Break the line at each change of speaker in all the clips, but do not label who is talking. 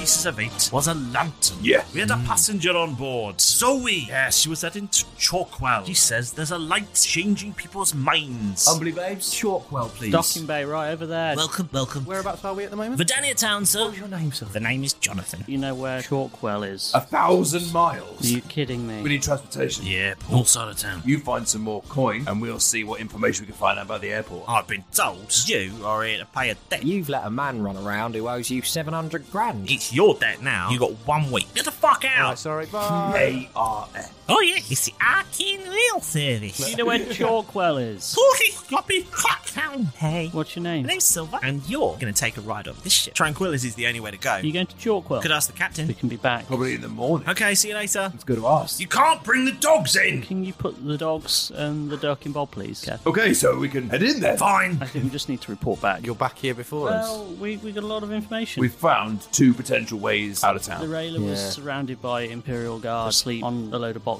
pieces of eight was a lantern.
Yeah.
We had
Mm.
a passenger on board, Zoe. Yes, she was heading to Chalkwell. She says there's a light changing people's minds.
Humbly babes. Chalkwell, please.
Docking bay right over there.
Welcome, welcome.
Whereabouts are we at the moment?
Vidania Town, sir.
What's your name, sir?
The name is Jonathan.
you know where Chalkwell is?
A
Are
thousand miles.
you kidding me?
We need transportation.
Yeah, north side of town.
You find some more coin, and we'll see what information we can find out about the airport.
I've been told you are here to pay a debt.
You've let a man run around who owes you 700 grand.
It's your debt now. You got one week. Get the fuck out.
sorry, bye.
A-R-F.
Oh yeah, it's the Arcane Rail Service.
Do you know where Chalkwell is?
Talking floppy crap town. Hey.
What's your name?
My name's Silver, and you're going to take a ride up this ship. Tranquility is the only way to go.
Are you going to Chalkwell?
Could ask the
We
captain.
can be back.
Probably in the morning.
Okay, see you later.
It's good to ask.
You can't bring the dogs in.
Can you put the dogs and the duck in bob, please? Kath?
Okay, so we can head in there.
Fine.
I think we just need to report back.
You're back here before us.
well, we, we got a lot of information.
We've found two potential ways out of
The
town.
railer
Yeah.
was surrounded by Imperial Guard, asleep on a load of boxes.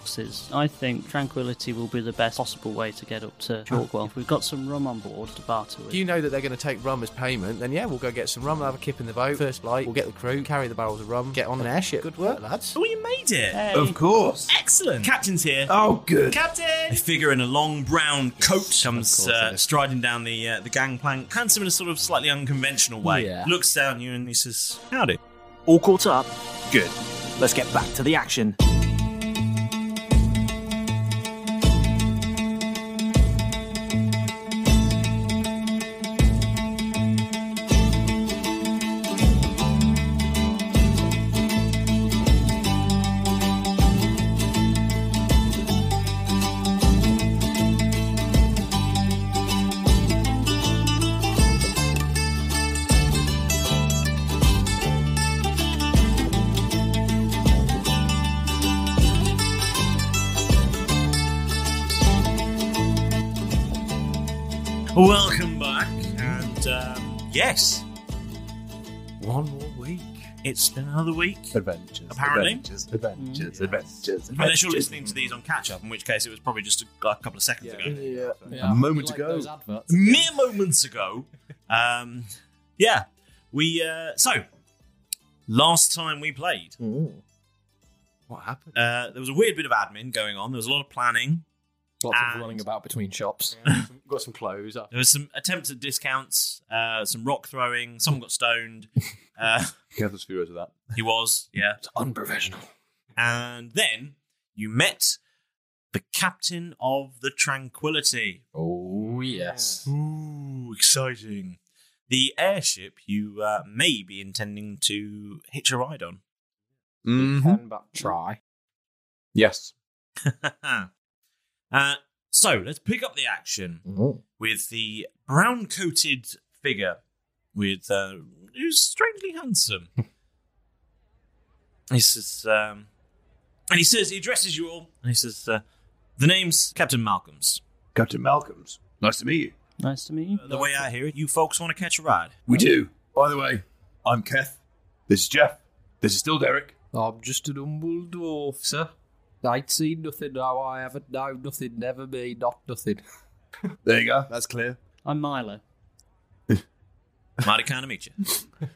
I think tranquility will be the best possible way to get up to Chalkwell. If we've got some rum on board to barter with.
If you know that they're going to take rum as payment, then yeah, we'll go get some rum, have a kip in the boat, first light, we'll get the crew, carry the barrels of rum, get on an airship. Good work, lads.
Oh, you made it.
Hey.
Of course.
Excellent. Captain's here.
Oh, good.
Captain! A figure in a long brown coat comes uh, striding down the uh, the gangplank, handsome in a sort of slightly unconventional way.
Yeah.
Looks down at you and he says, "Howdy."
All caught up.
Good.
Let's get back to the action.
Welcome back. And um, yes, um,
One more week.
It's been another week.
Adventures.
Apparently.
Adventures.
Mm.
Adventures. Adventures.
Unless you're
adventures.
listening to these on catch up, in which case it was probably just a, like, a couple of seconds ago.
Yeah.
Yeah.
A moment
Like
ago.
those Mere moments ago. Um, yeah. We, uh, so, last time we played,
What happened?
uh, there was a weird bit of admin going on. There was a lot of planning.
Lots
And-
of running about between shops. got some clothes.
There was some attempts at discounts, uh, some rock throwing, someone got stoned. Uh,
Kevin's furious with that.
he was, yeah. It's
unprofessional.
And then you met the captain of the Tranquility.
Oh, yes.
Ooh, exciting. The airship you uh, may be intending to hitch a ride on.
Mm-hmm.
Can but try.
Yes.
uh, so let's pick up the action with the brown coated figure with uh, who's strangely handsome. he says, um, and he says he addresses you all, and he says, uh, "The name's Captain Malcolm's."
Captain Malcolm's. Nice to meet you.
Nice to meet you.
The way I hear it, you folks want to catch a ride.
We do. By the way, I'm Keth. This is Jeff. This is still Derek.
I'm just an humble dwarf, sir. I'd seen nothing, now I haven't known nothing, never me, not nothing.
There you go. That's clear.
I'm Milo.
Mighty kind of meet you.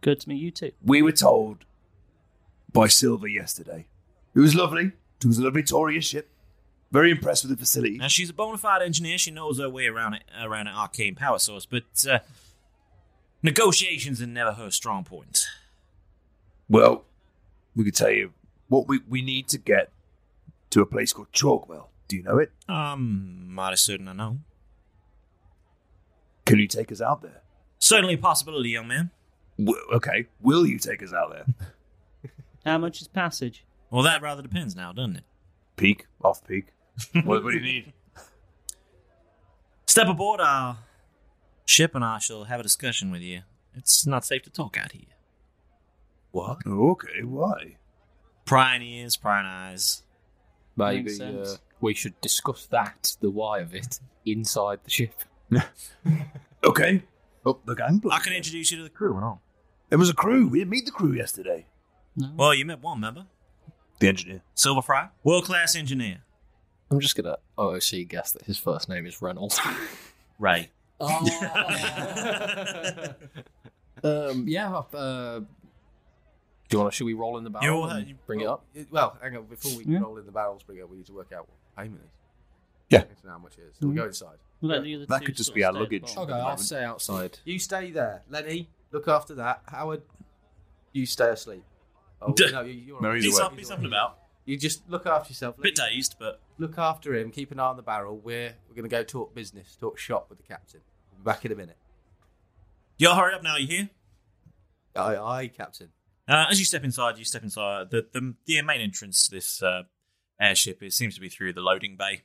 Good to meet you too.
We were told by Silver yesterday. It was lovely. It was a lovely Toria ship. Very impressed with the facility.
Now she's a bona fide engineer; she knows her way around it, around an arcane power source. But uh, negotiations are never her strong point.
Well, we could tell you what we, we need to get to a place called Chalkwell. Do you know it?
Um, mighty certain I know.
Can you take us out there?
Certainly a possibility, young man.
W- okay. Will you take us out there?
How much is passage?
Well, that rather depends now, doesn't it?
Peak? Off peak? what, what do you need?
Step aboard our ship, and I shall have a discussion with you. It's not safe to talk out here.
What? Okay, why?
Prying ears, prying eyes.
Maybe uh, we should discuss that, the why of it, inside the ship.
okay. Up the
I
gangplank.
can introduce you to the crew. and all.
There was a crew. We didn't meet the crew yesterday.
Well, you met one member,
The engineer.
Silver Fry, world class engineer.
I'm just gonna OOC guess that his first name is Reynolds.
Ray.
Ah.
um, yeah. Uh, do you want to? Should we roll in the barrel?
You're-
and bring it up.
It- Well, hang on. Before we
Yeah.
roll in the barrels, bring it up, we need to work out what payment is.
Yeah.
So how much it is. So we
Mhm.
go inside.
Let the other
That two could just sort of be our stay luggage at the
Okay,
moment.
I'll stay outside. You stay there, Lenny. Look after that, Howard. You stay asleep. Oh,
Duh.
no, you, you're
No,
all right.
he's He's awake. up, he's up and about.
You just look after yourself.
Bit dazed, but
look after him. Keep an eye on the barrel. We're we're gonna go talk business, talk shop with the captain. We'll be back in a minute.
Y'all hurry up now, you hear?
Aye, aye, Captain.
Uh, as you step inside, you step inside. The, the, the main entrance to this uh, airship it seems to be through the loading bay.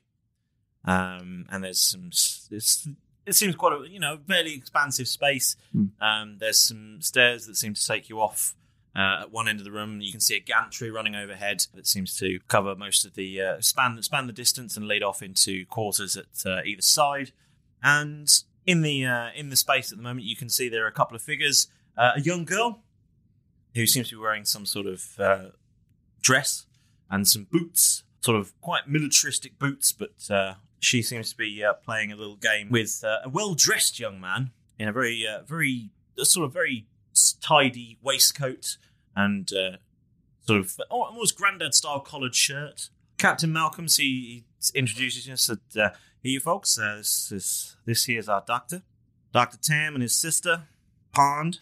Um, and there's some. s- It's, it seems quite a you know fairly expansive space. Um, there's some stairs that seem to take you off uh, at one end of the room. You can see a gantry running overhead that seems to cover most of the uh, span span the distance and lead off into quarters at uh, either side. And in the uh, in the space at the moment, you can see there are a couple of figures. Uh, a young girl who seems to be wearing some sort of uh, dress and some boots, sort of quite militaristic boots, but uh, she seems to be uh, playing a little game with uh, a well dressed young man in a very, uh, very, a sort of very tidy waistcoat and uh, sort of al- almost granddad style collared shirt. Captain Malcolm, so he, he introduces us that uh, here you folks, uh, this, this, this here is our doctor, Dr. Tam and his sister, Pond.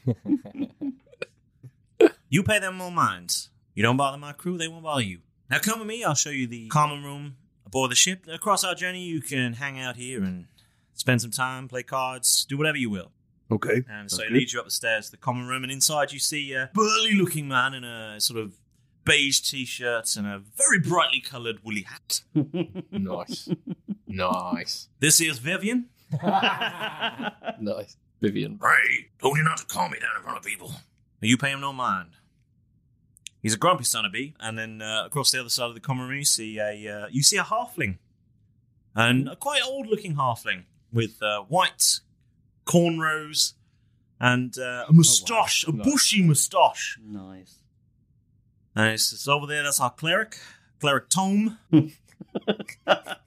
You pay them no mind. You don't bother my crew, they won't bother you. Now come with me, I'll show you the common room aboard the ship. Across our journey, you can hang out here and spend some time, play cards, do whatever you will.
Okay.
And
that's
so he
good.
leads you up the stairs to the common room, and inside you see a burly looking man in a sort of beige t shirt and a very brightly coloured woolly hat.
nice. Nice.
This is Vivian.
nice. Vivian.
Ray told you not to call me down in front of people. You pay him no mind. He's a grumpy son of bee. And then uh, across the other side of the common room, you see a uh, you see a halfling, and a quite old looking halfling with uh, white cornrows and uh, a moustache, a bushy moustache.
Nice.
And it's, it's over there. That's our cleric, cleric Tom. you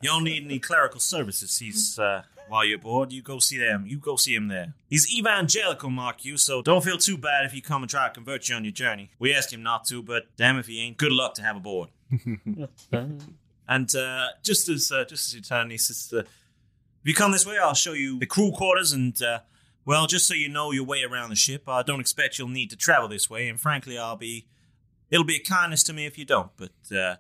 don't need any clerical services. He's uh, while you're bored, you go see them. You go see him there. He's evangelical, mark you. So don't feel too bad if you come and try to convert you on your journey. We asked him not to, but damn if he ain't. Good luck to have aboard. And uh, just as uh, just as you turn, he says, uh, "If you come this way, I'll show you the crew quarters." And uh, well, just so you know your way around the ship, I don't expect you'll need to travel this way. And frankly, I'll be it'll be a kindness to me if you don't. But uh,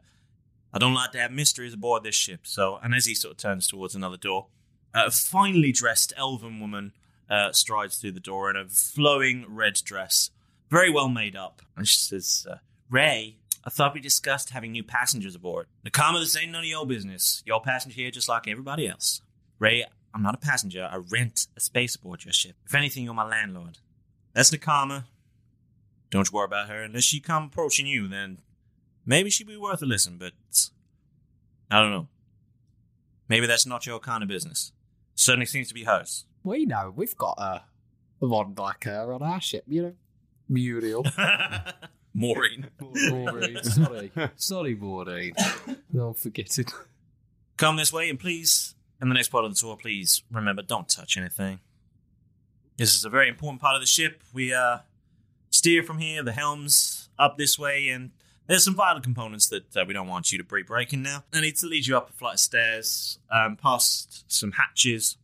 I don't like to have mysteries aboard this ship. So, and as he sort of turns towards another door, a finely dressed elven woman uh, strides through the door in a flowing red dress, very well made up, and she says, uh, "Ray." I thought we discussed having new passengers aboard. Nakama, this ain't none of your business. You're a passenger here just like everybody else. Ray, I'm not a passenger. I rent a space aboard your ship. If anything, you're my landlord. That's Nakama. Don't you worry about her. Unless she come approaching you, then maybe she'd be worth a listen, but I don't know. Maybe that's not your kind of business. Certainly seems to be hers.
We know we've got a a one like her on our ship, you know, Muriel.
Maureen.
Maureen, sorry, sorry, Maureen. Don't forget it.
Come this way, and please, in the next part of the tour, please remember don't touch anything. This is a very important part of the ship. We uh, steer from here, the helms up this way, and there's some vital components that uh, we don't want you to be breaking now. I need to lead you up a flight of stairs, um, past some hatches,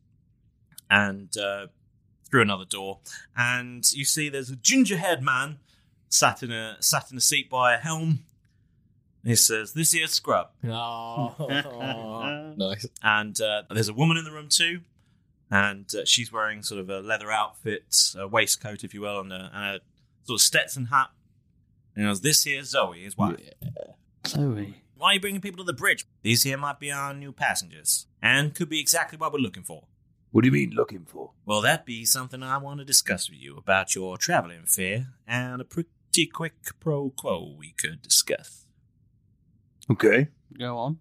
and uh, through another door. And you see there's a ginger haired man sat in a sat in a seat by a helm. He says, "This here's Scrub."
Oh, nice.
And uh, there's a woman in the room too, and uh, she's wearing sort of a leather outfit, a waistcoat, if you will, and a, and a sort of Stetson hat. And he goes, "This here's Zoe, his wife."
Zoe.
Why are you bringing people to the bridge? These here might be our new passengers, and could be exactly what we're looking for.
What do you mean looking for?
Well, that be something I want to discuss with you about your traveling fare and a pretty quick pro quo we could discuss.
Okay.
Go on.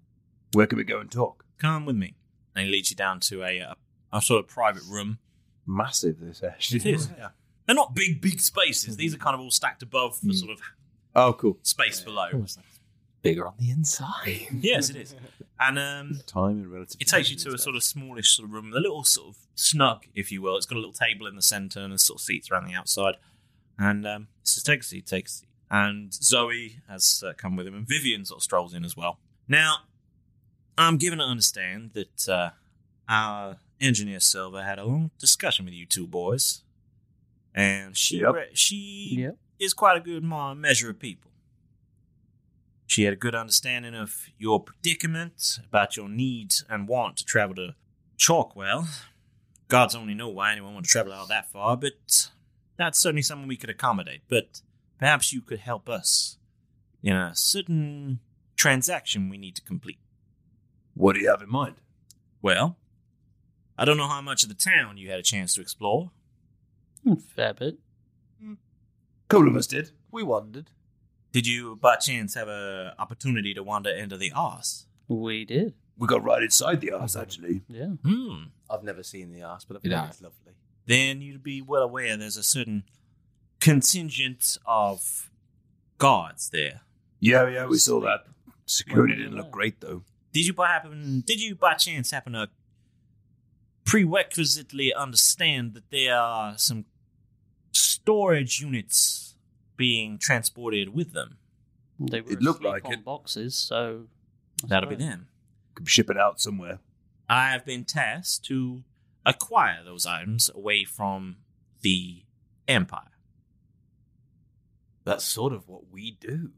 Where can we go and talk?
Come with me. And he leads you down to a, a, a sort of private room.
Massive, this actually.
It is, yeah. They're not big, big spaces. These are kind of all stacked above for sort of
Oh, cool.
space below.
Bigger on the inside.
yes, it is. And um,
Time and relative.
it takes you to a sort of smallish sort of room, a little sort of snug, if you will. It's got a little table in the centre and sort of seats around the outside. And um, it says, take a seat, take a seat. And Zoe has uh, come with him, and Vivian sort of strolls in as well. Now, I'm given to understand that uh, our engineer Silver had a long discussion with you two boys, and she
Yep.
re- she is quite a good ma- measure of people. She had a good understanding of your predicament, about your need and want to travel to Chalkwell. God's only know why anyone would travel out that far, but that's certainly something we could accommodate. But perhaps you could help us in a certain transaction we need to complete.
What do you have in mind?
Well, I don't know how much of the town you had a chance to explore.
Hmm, Fair bit.
couple of us did.
We wandered.
Did you, by chance, have a opportunity to wander into the arse?
We did.
We got right inside the arse, actually.
Yeah.
Hmm.
I've never seen the arse, but I've
You
heard
know.
it's lovely.
Then you'd be well aware there's a certain contingent of guards there.
Yeah, yeah, we saw that. Security didn't look great, though.
Did you by happen? Did you by chance happen to prerequisitely understand that there are some storage units being transported with them?
They were
It looked
asleep
like
on
it.
boxes, so
That'll be them.
Could ship it out somewhere.
I have been tasked to acquire those items away from the Empire.
That's sort of what we do.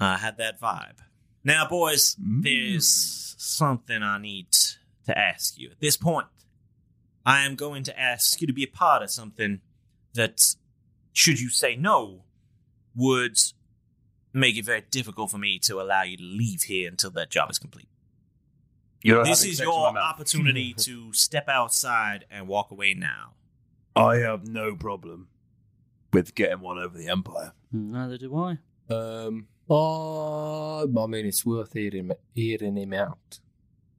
I had that vibe. Now, boys,
Mm.
there's something I need to ask you. At this point, I am going to ask you to be a part of something that, should you say no, would make it very difficult for me to allow you to leave here until that job is complete.
You're
this
having
is
sex
your
with my mouth.
opportunity to step outside and walk away now.
I have no problem with getting one over the Empire.
Mm, neither do I.
Um. Oh, I mean, it's worth hearing hearing him out.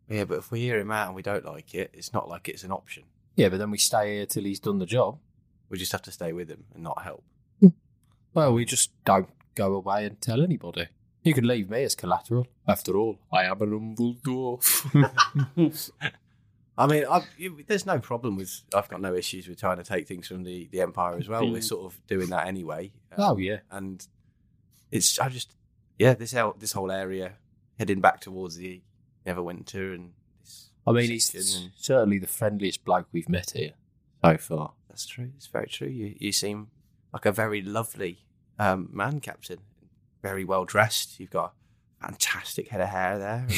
Yeah, but if we hear him out and we don't like it, it's not like it's an option.
Yeah, but then we stay here till he's done the job. Hmm.
We just have to stay with him and not help.
Well, we just don't go away and tell anybody. You can leave me as collateral. After all, I am an humble dwarf.
I mean, I've, you, there's no problem with. I've got no issues with trying to take things from the, the Empire as well.
Mm.
We're sort of doing that anyway. Um,
Oh, yeah.
and it's I just yeah this whole this whole area heading back towards the Neverwinter and this
I mean, he's
section and-
certainly the friendliest bloke we've met here.
so far. That's true. It's very true. You you seem like a very lovely um, man, Captain. Very well dressed. You've got a fantastic head of hair there.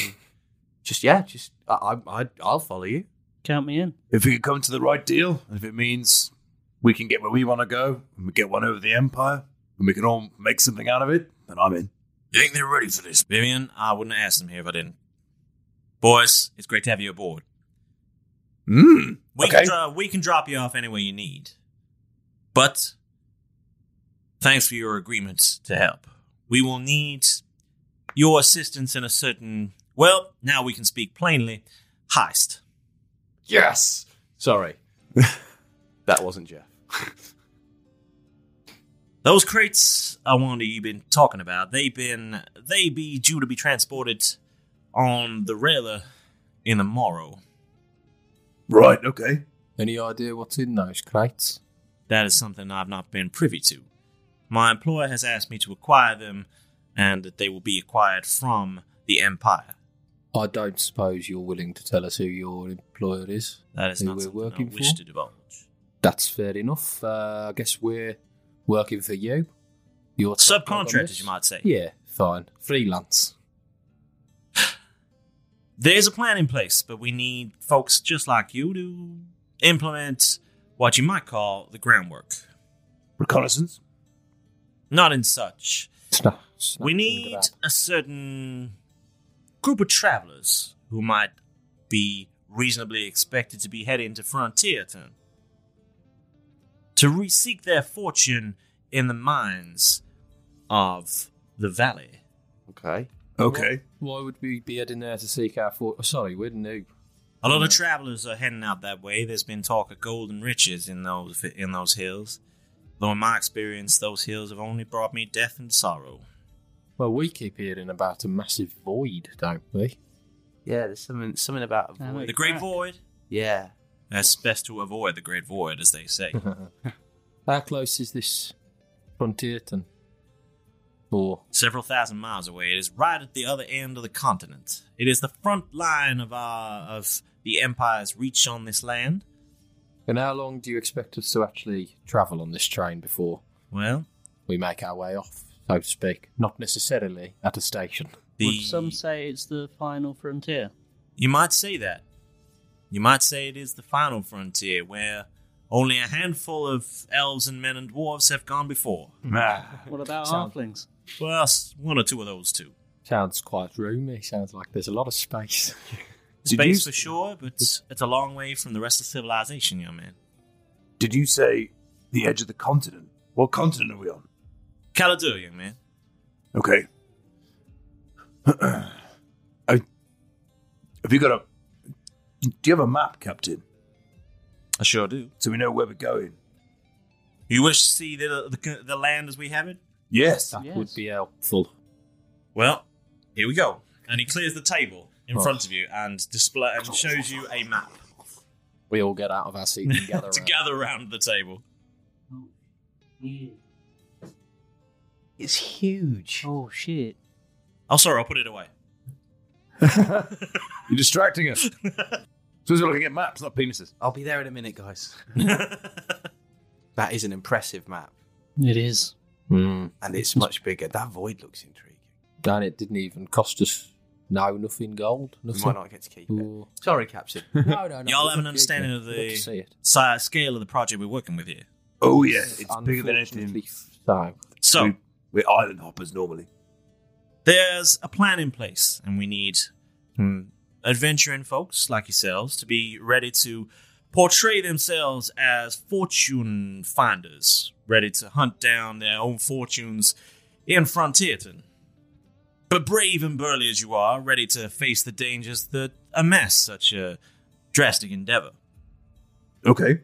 And just yeah, just I, I I I'll follow you.
Count me in.
If we can come to the right deal, and if it means we can get where we want to go, and we get one over the Empire, and we can all make something out of it, then I'm in.
You think they're ready for this, Vivian? I wouldn't ask them here if I didn't. Boys, it's great to have you aboard.
Hmm.
We, can, dro- we can drop you off anywhere you need. But thanks for your agreement to help. We will need your assistance in a certain, well, now we can speak plainly, heist.
Yes.
Sorry, that wasn't Jeff.
Those crates I wonder you've been talking about, they've been they be due to be transported on the railer in the morrow.
Right, okay.
Any idea what's in those crates?
That is something I've not been privy to. My employer has asked me to acquire them and that they will be acquired from the Empire.
I don't suppose you're willing to tell us who your employer is.
That is
who
not
we're
something
working
I wish
for.
to divulge.
That's fair enough. Uh, I guess we're working for you. Your
Subcontractors, you might say.
Yeah, fine. Freelance.
There's a plan in place, but we need folks just like you to implement what you might call the groundwork.
Reconnaissance?
Not in such.
It's not-
we need a certain group of travelers who might be reasonably expected to be heading to Frontier Town to reseek their fortune in the mines of the valley.
Okay.
Okay.
Why would we be heading there to seek our for? Oh, sorry, we're new.
A lot of travelers are heading out that way. There's been talk of gold and riches in those in those hills. Though in my experience, those hills have only brought me death and sorrow.
Well, we keep hearing about a massive void, don't we?
Yeah, there's something something about a void.
The Great Void.
Yeah.
That's best to avoid the Great Void, as they say.
How close is this frontier town? Or
Several thousand miles away, it is right at the other end of the continent. It is the front line of our of the Empire's reach on this land.
and how long do you expect us to actually travel on this train before
Well,
we make our way off, so to speak? Not necessarily at a station.
the
Would some say it's the final frontier?
You might say that. You might say it is the final frontier where only a handful of elves and men and dwarves have gone before.
What about
Sound-
halflings?
Well, s- one or two of those two.
Sounds quite roomy. Sounds like there's a lot of space.
Space for sure, but it's a long way from the rest of civilization, young man.
Did you say the edge of the continent? What continent are we on?
Caladur, young man.
Okay. I, have you got a. Do you have a map, Captain?
I sure do.
So we know where we're going?
You wish to see the, the, the land as we have it?
Yes.
That
Yes.
would be helpful.
Well, here we go. And he clears the table in
Oh.
front of you and display and shows you a map
We all get out of our seats and gather
to
around.
gather around the table.
Oh,
It's huge.
Oh shit!
Oh, sorry, I'll put it away.
You're distracting us. so we're looking at maps, not penises.
I'll be there in a minute, guys. that is an impressive map,
It is.
and it's much bigger. That void looks intriguing.
Hmm. And it didn't even cost us no nothing gold.
We
Nothing.
might not get to keep it.
Or-
Sorry, Captain.
No, no, no.
Y'all have an
Look,
understanding
yeah,
of
look to see
the
it.
si- scale of the project we're working with here.
Oh, yeah. It's bigger than
Unfortunately,
anything.
So,
So
We- We're island hoppers normally.
there's a plan in place, and we need hmm, adventuring folks like yourselves to be ready to portray themselves as fortune finders, ready to hunt down their own fortunes in Frontierton. But brave and burly as you are, ready to face the dangers that amass such a drastic endeavor.
Okay.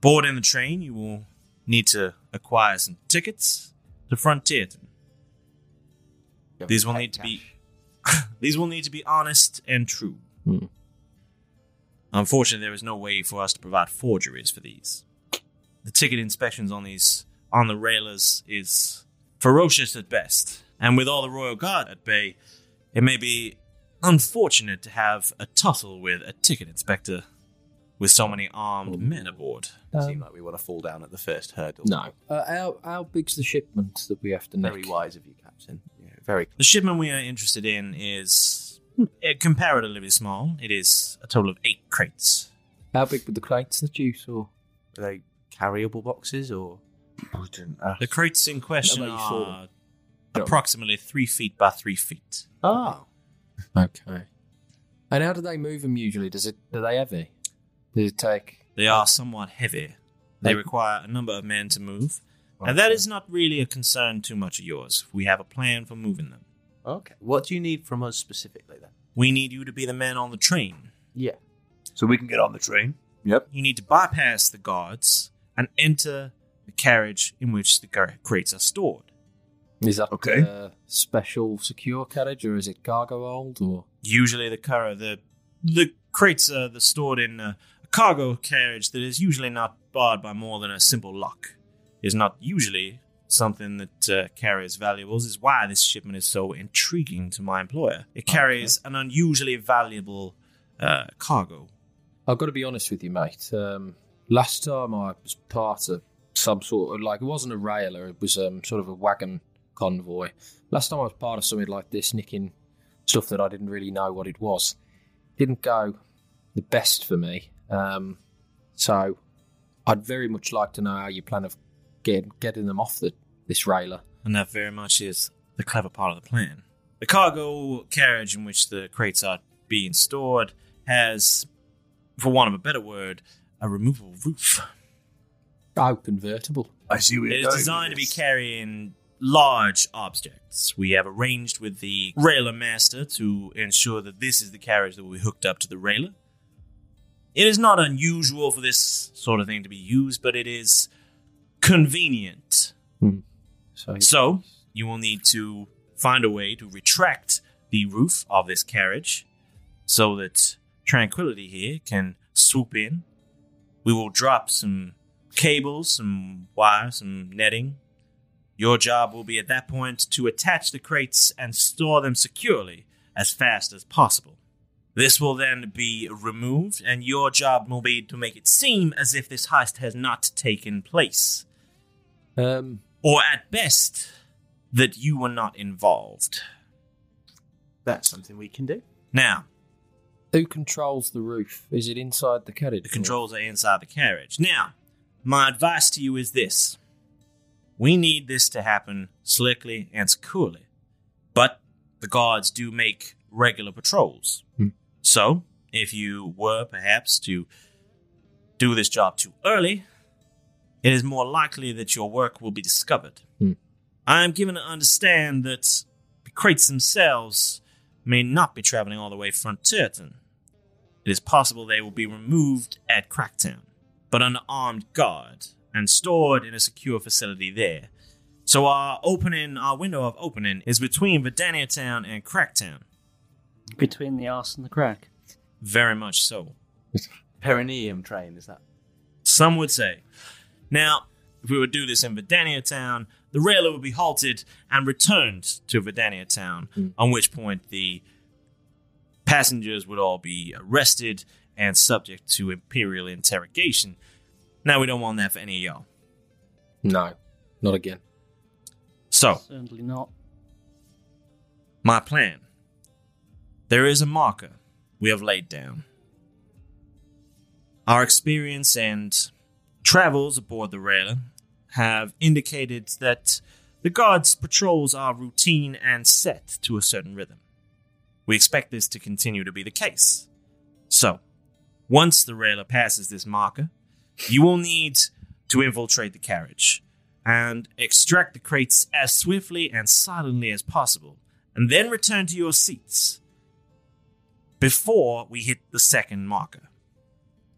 Boarding the train, you will need to acquire some tickets to Frontier. These will need to be these will need to be honest and true.
Hmm.
Unfortunately, there is no way for us to provide forgeries for these. The ticket inspections on these on the railers is ferocious at best, and with all the royal guard at bay, it may be unfortunate to have a tussle with a ticket inspector with so many armed men aboard.
Seem like we want to fall down at the first hurdle.
No. Uh, how, how big's the shipment that we have to make?
Very wise of you, Captain. Yeah, very.
The shipment we are interested in is eh, comparatively small. It is a total of eight crates.
How big were the crates that you saw?
Are they carryable boxes or?
The crates in question
Nobody saw them.
are approximately three feet by three feet.
Oh. Okay. And how do they move them usually? Does it? Are they heavy? Does it take?
They are somewhat heavy. They require a number of men to move, and that is not really a concern too much of yours. We have a plan for moving them.
Okay. What do you need from us specifically then?
We need you to be the man on the train.
Yeah.
So we can get on the train.
Yep.
You need to bypass the guards and enter the carriage in which the car- crates are stored.
Is that
Okay.
uh, special secure carriage or is it cargo hold or?
Usually, the car- the the crates are they're stored in a, a cargo carriage that is usually not barred by more than a simple lock. Is not usually something that uh, carries valuables. Is why this shipment is so intriguing to my employer. It carries an unusually valuable uh, cargo.
I've got to be honest with you, mate. Um, last time I was part of some sort of like it wasn't a railer, it was um, sort of a wagon convoy. Last time I was part of something like this, nicking stuff that I didn't really know what it was, didn't go the best for me. Um, so I'd very much like to know how you plan of get, getting them off the, this railer.
And that very much is the clever part of the plan. The cargo carriage in which the crates are being stored has, for want of a better word, a removable roof.
Oh, convertible.
I see where you're
It is
going
designed to
with
be
this.
carrying large objects. We have arranged with the railer master to ensure that this is the carriage that will be hooked up to the railer. It is not unusual for this sort of thing to be used, but it is convenient.
So
So, you will need to find a way to retract the roof of this carriage so that Tranquility here can swoop in. We will drop some cables, some wire, some netting. Your job will be at that point to attach the crates and store them securely as fast as possible. This will then be removed, and your job will be to make it seem as if this heist has not taken place
um,
or at best that you were not involved.
That's something we can do.
Now,
who controls the roof? Is it inside the carriage?
the controls are inside the carriage. Now, my advice to you is this we need this to happen slickly and securely, but the guards do make regular patrols.
Hmm.
So, if you were perhaps to do this job too early, it is more likely that your work will be discovered.
Hmm.
I am given to understand that the crates themselves may not be traveling all the way from Turton. It is possible they will be removed at Cracktown, but under armed guard and stored in a secure facility there. So our opening, our window of opening, is between Verdania Town and Cracktown.
Between the arse and the crack.
Very much so.
Perineum train is that?
Some would say. Now, if we would do this in Verdania Town, the railer would be halted and returned to Verdania Town,
Hmm.
on which point the passengers would all be arrested and subject to imperial interrogation. Now, we don't want that for any of y'all.
No, not again.
So,
Certainly not.
my plan. There is a marker we have laid down. Our experience and travels aboard the railer have indicated that the guards' patrols are routine and set to a certain rhythm. We expect this to continue to be the case. So, once the railer passes this marker, you will need to infiltrate the carriage and extract the crates as swiftly and silently as possible, and then return to your seats before we hit the second marker.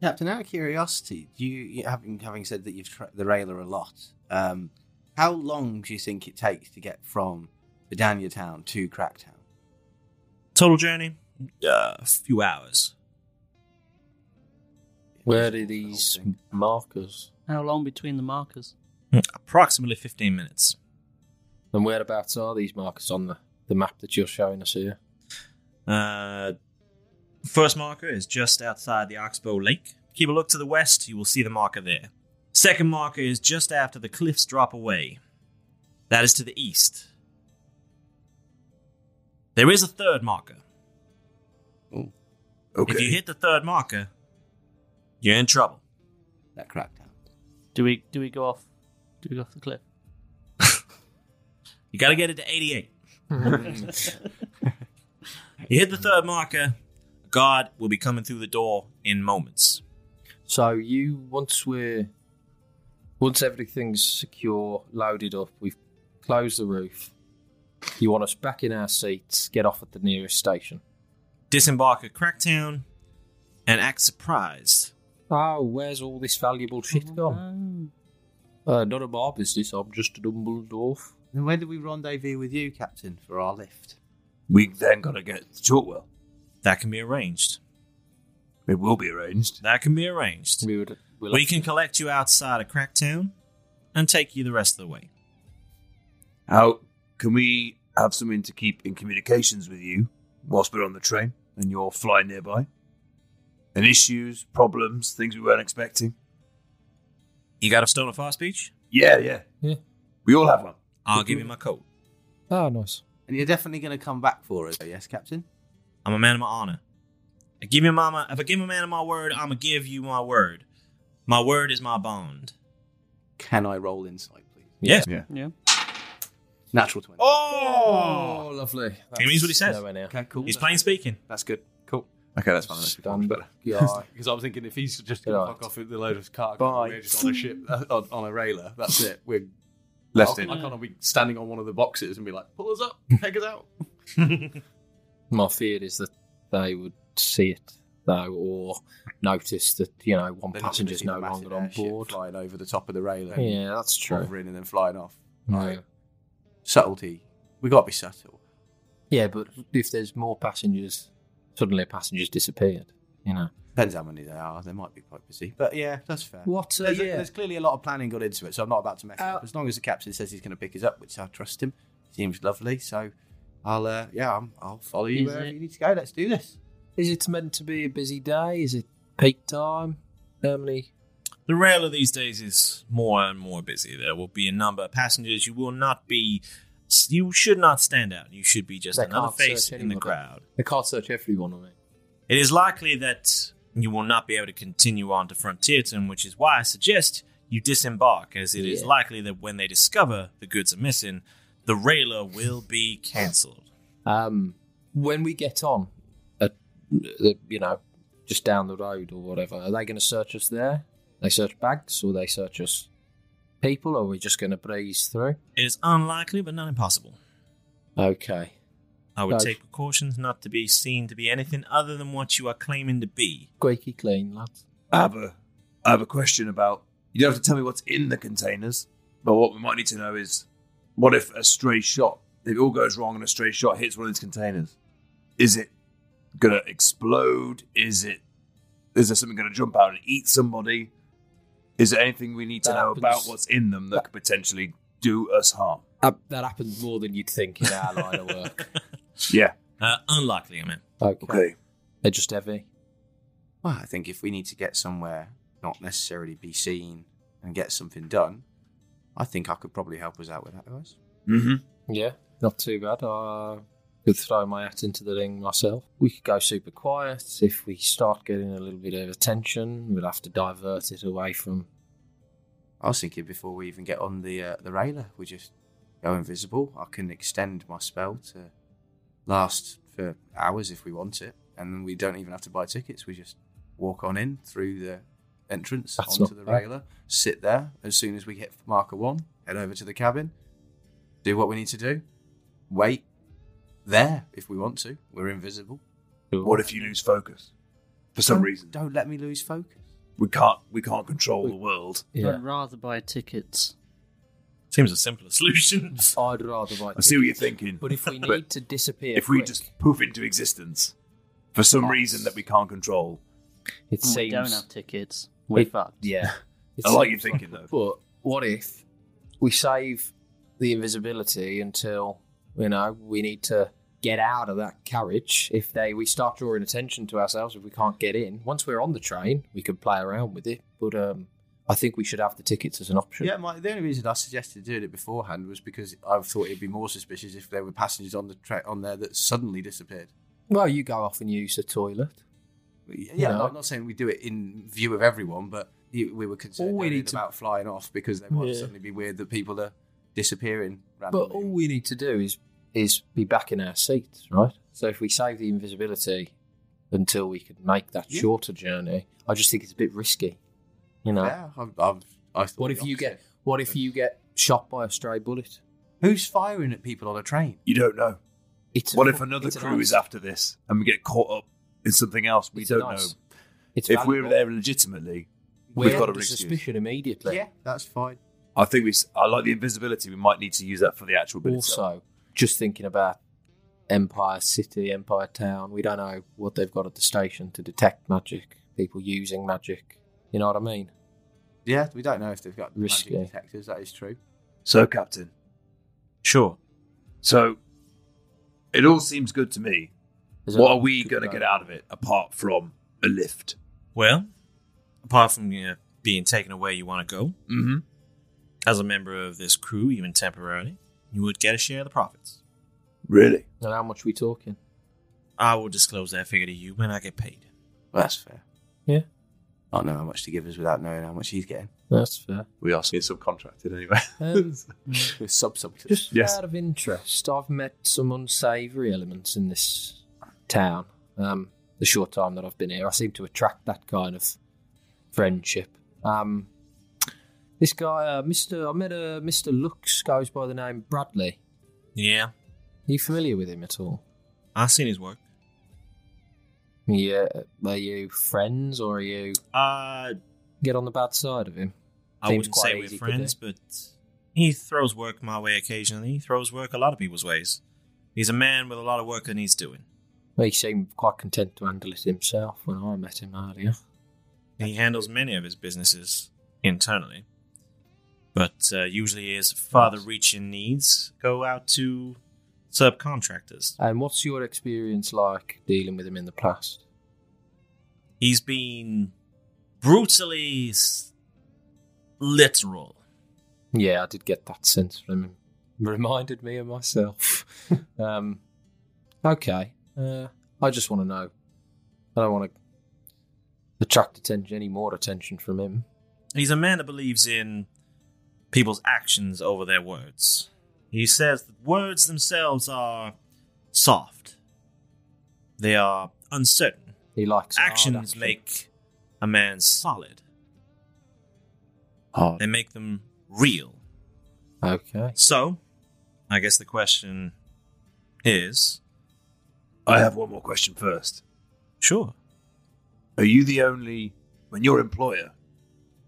Captain, out of curiosity, you, you having having said that you've tracked the railer a lot, um, how long do you think it takes to get from Vidania Town to Cracktown?
Total journey, uh, a few hours.
Where are these markers?
How long between the markers?
Approximately 15 minutes.
And whereabouts are these markers on the, the map that you're showing us here?
Uh, first marker is just outside the Oxbow Lake. Keep a look to the west, you will see the marker there. Second marker is just after the cliffs drop away. That is to the east. There is a third marker.
Okay.
If you hit the third marker, you're in trouble.
That cracked
out.
Do we do we go off? Do we go off the cliff?
You got to get it to 88. you hit the third marker, God will be coming through the door in moments.
So you once we're once everything's secure, loaded up, we've closed the roof. You want us back in our seats, get off at the nearest station.
Disembark at Cracktown and act surprised.
Oh, where's all this valuable shit gone? Uh, none of my business. I'm just a humble dwarf.
Then when do we rendezvous with you, Captain, for our lift?
We then got to get to Chalkwell.
That can be arranged.
It will be arranged.
That can be arranged.
We would. We'll
We can collect you outside of Cracktown and take you the rest of the way.
How can we have something to keep in communications with you whilst we're on the train and you're flying nearby? And issues, problems, things we weren't expecting.
You got a stone of fire speech?
Yeah, yeah,
yeah.
We all have one.
I'll give you my coat.
Oh, nice.
And you're definitely going to come back for us, yes, Captain?
I'm a man of my honor. I give me my, my if I give a man of my word, I'ma give you my word. My word is my bond.
Can I roll insight, please?
Yes.
Yeah.
Yeah.
Natural 20.
Oh,
lovely.
he means what he says.
Nowhere near.
Okay, cool.
He's plain speaking.
That's good. Cool.
Okay, that's fine. That's
Done.
better.
Yeah.
Because I was thinking if he's just going
Right.
to fuck off with the load of cargo,
Bye.
we're just on a ship, uh, on, on a railer. That's it. We're
Left
I,
in.
I can't be standing on one of the boxes and be like, pull us up, take us out.
My fear is that they would see it though, or notice that you know one
They're not gonna
passenger's
see the
no
massive
longer on
airship
board.
Flying over the top of the railing.
Yeah, that's true.
Hovering and then flying off.
No.
Subtlety. we got to be subtle.
Yeah, but if there's more passengers, suddenly a passenger's disappeared. You know.
Depends how many there are. They might be quite busy. But yeah, that's fair.
What? Uh,
There's,
yeah.
there's clearly a lot of planning got into it, so I'm not about to mess it
Uh,
up. As long as the captain says he's going to pick us up, which I trust him, seems lovely. So I'll, uh, yeah, I'm, I'll follow you
Is
wherever
it-
you need to go. Let's do this.
Is it meant to be a busy day? Is it peak time? Normally,
The railer these days is more and more busy. There will be a number of passengers. You will not be. You should not stand out. You should be just
They
another
can't
face
search
in the
anyone.
crowd.
they can't search everyone on it.
It is likely that you will not be able to continue on to Frontierton, which is why I suggest you disembark, as it is
Yeah.
likely that when they discover the goods are missing, the railer will be cancelled.
Um, when we get on, at, the, you know, just down the road or whatever, are they going to search us there? They search bags or they search us people, or are we just going to breeze through?
It is unlikely, but not impossible.
Okay.
I would
Nice.
take precautions not to be seen to be anything other than what you are claiming to be.
Squeaky clean, lads.
I have a, I have a question about. You don't have to tell me what's in the containers, but what we might need to know is, what if a stray shot, if it all goes wrong and a stray shot hits one of these containers, is it gonna explode? Is it, is there something gonna jump out and eat somebody? Is there anything we need to
That
know
happens.
about what's in them that could potentially do us harm?
Uh, that happens more than you'd think in our line of work.
Yeah.
Uh, unlikely, I mean.
Okay.
Okay.
They're just heavy.
Well, I think if we need to get somewhere, not necessarily be seen, and get something done, I think I could probably help us out with that, guys.
Mm-hmm.
Yeah, not too bad. I could throw my hat into the ring myself. We could go super quiet. If we start getting a little bit of attention, we'll have to divert it away from.
I was thinking before we even get on the uh, the railer, we just go invisible. I can extend my spell to last for hours if we want it, and then we don't even have to buy tickets. We just walk on in through the entrance
That's
onto
not
the
bad.
railer, sit there. As soon as we hit marker one, head over to the cabin, do what we need to do, wait there if we want to. We're invisible.
What if you lose focus for some
Don't-
reason?
Don't let me lose focus.
we can't we can't control the world.
I'd rather buy tickets.
Seems a simpler solution.
I'd rather buy.
I see what you're thinking.
But if we need
But
to disappear,
If we
quick,
just poof into existence for some reason that we can't control,
And
it seems
Mm, We don't have tickets. We're
It-
fucked.
Yeah,
I like your thinking, though.
But what if we save the invisibility until you know we need to get out of that carriage? If they we start drawing attention to ourselves, if we can't get in, once we're on the train, we can play around with it. But um, I think we should have the tickets as an option.
Yeah, my, the only reason I suggested doing it beforehand was because I thought it'd be more suspicious if there were passengers on the tra- on there that suddenly disappeared.
Well, you go off and use the toilet.
Yeah,
You know.
I'm not saying we do it in view of everyone, but you- we were concerned
All we
earlier
need to-
about flying off because there might
Yeah.
suddenly be weird that people are disappearing.
But
Randomly.
all we need to do is is be back in our seats, right? So if we save the invisibility until we can make that
Yeah.
shorter journey, I just think it's a bit risky. You know,
Yeah, I've, I've, I thought
what
the
if you get
opposite.
what if you get shot by a stray bullet?
Who's firing at people on a train?
you don't know.
It's
what if another
it's an
crew
answer.
is after this and we get caught up in something else? We
It's
don't
an answer.
know.
It's
if we're
valuable.
there legitimately,
We're
we've got a
under
risk. it.
suspicion immediately.
Yeah, that's fine.
I think we. s- I like the invisibility. We might need to use that for the actual bit. itself.
Also, just thinking about Empire City, Empire Town, we don't know what they've got at the station to detect magic, people using magic. You know what I mean?
Yeah, we don't know if they've got
Risky.
magic detectors. That is true.
So, Captain.
Sure.
So, it all seems good to me.
Is
what
it-
are we going to
no.
get out of it apart from a lift?
Well, apart from you know, being taken away, you want to go.
Mm-hmm.
As a member of this crew, even temporarily, you would get a share of the profits.
Really?
And how much we talking?
I will disclose that figure to you when I get paid.
Well, that's fair.
Yeah.
I don't know how much to give us without knowing how much he's getting.
That's fair.
We are being subcontracted anyway.
Um,
With sub subcontractors.
Just
Yes.
out of interest, I've met some unsavoury elements in this town. Um, the short time that I've been here, I seem to attract that kind of friendship. Um, this guy, uh, Mister, I met a Mister Lux, goes by the name Bradley.
Yeah,
Are you familiar with him at all?
I've seen his work.
Yeah, are you friends or are you
Uh,
get on the bad side of him?
I
Seems
wouldn't
quite
say we're
easy, could
friends,
he?
but he throws work my way occasionally. He throws work a lot of people's ways. He's a man with a lot of work that he's doing.
He seemed quite content to handle it himself when I met him earlier.
He handles many of his businesses internally, but uh, usually his farther-reaching needs go out to subcontractors.
And what's your experience like dealing with him in the past?
He's been brutally s- literal.
Yeah, I did get that sense from him. Reminded me of myself. um, okay. Uh, I just want to know. I don't want to attract attention, any more attention from him.
He's a man that believes in people's actions over their words. He says that words themselves are soft. They are uncertain.
He likes hard
Actions
action.
make a man solid.
Hard.
They make them real.
Okay.
So, I guess the question is
I have one more question first.
sure.
Are you the only, when your employer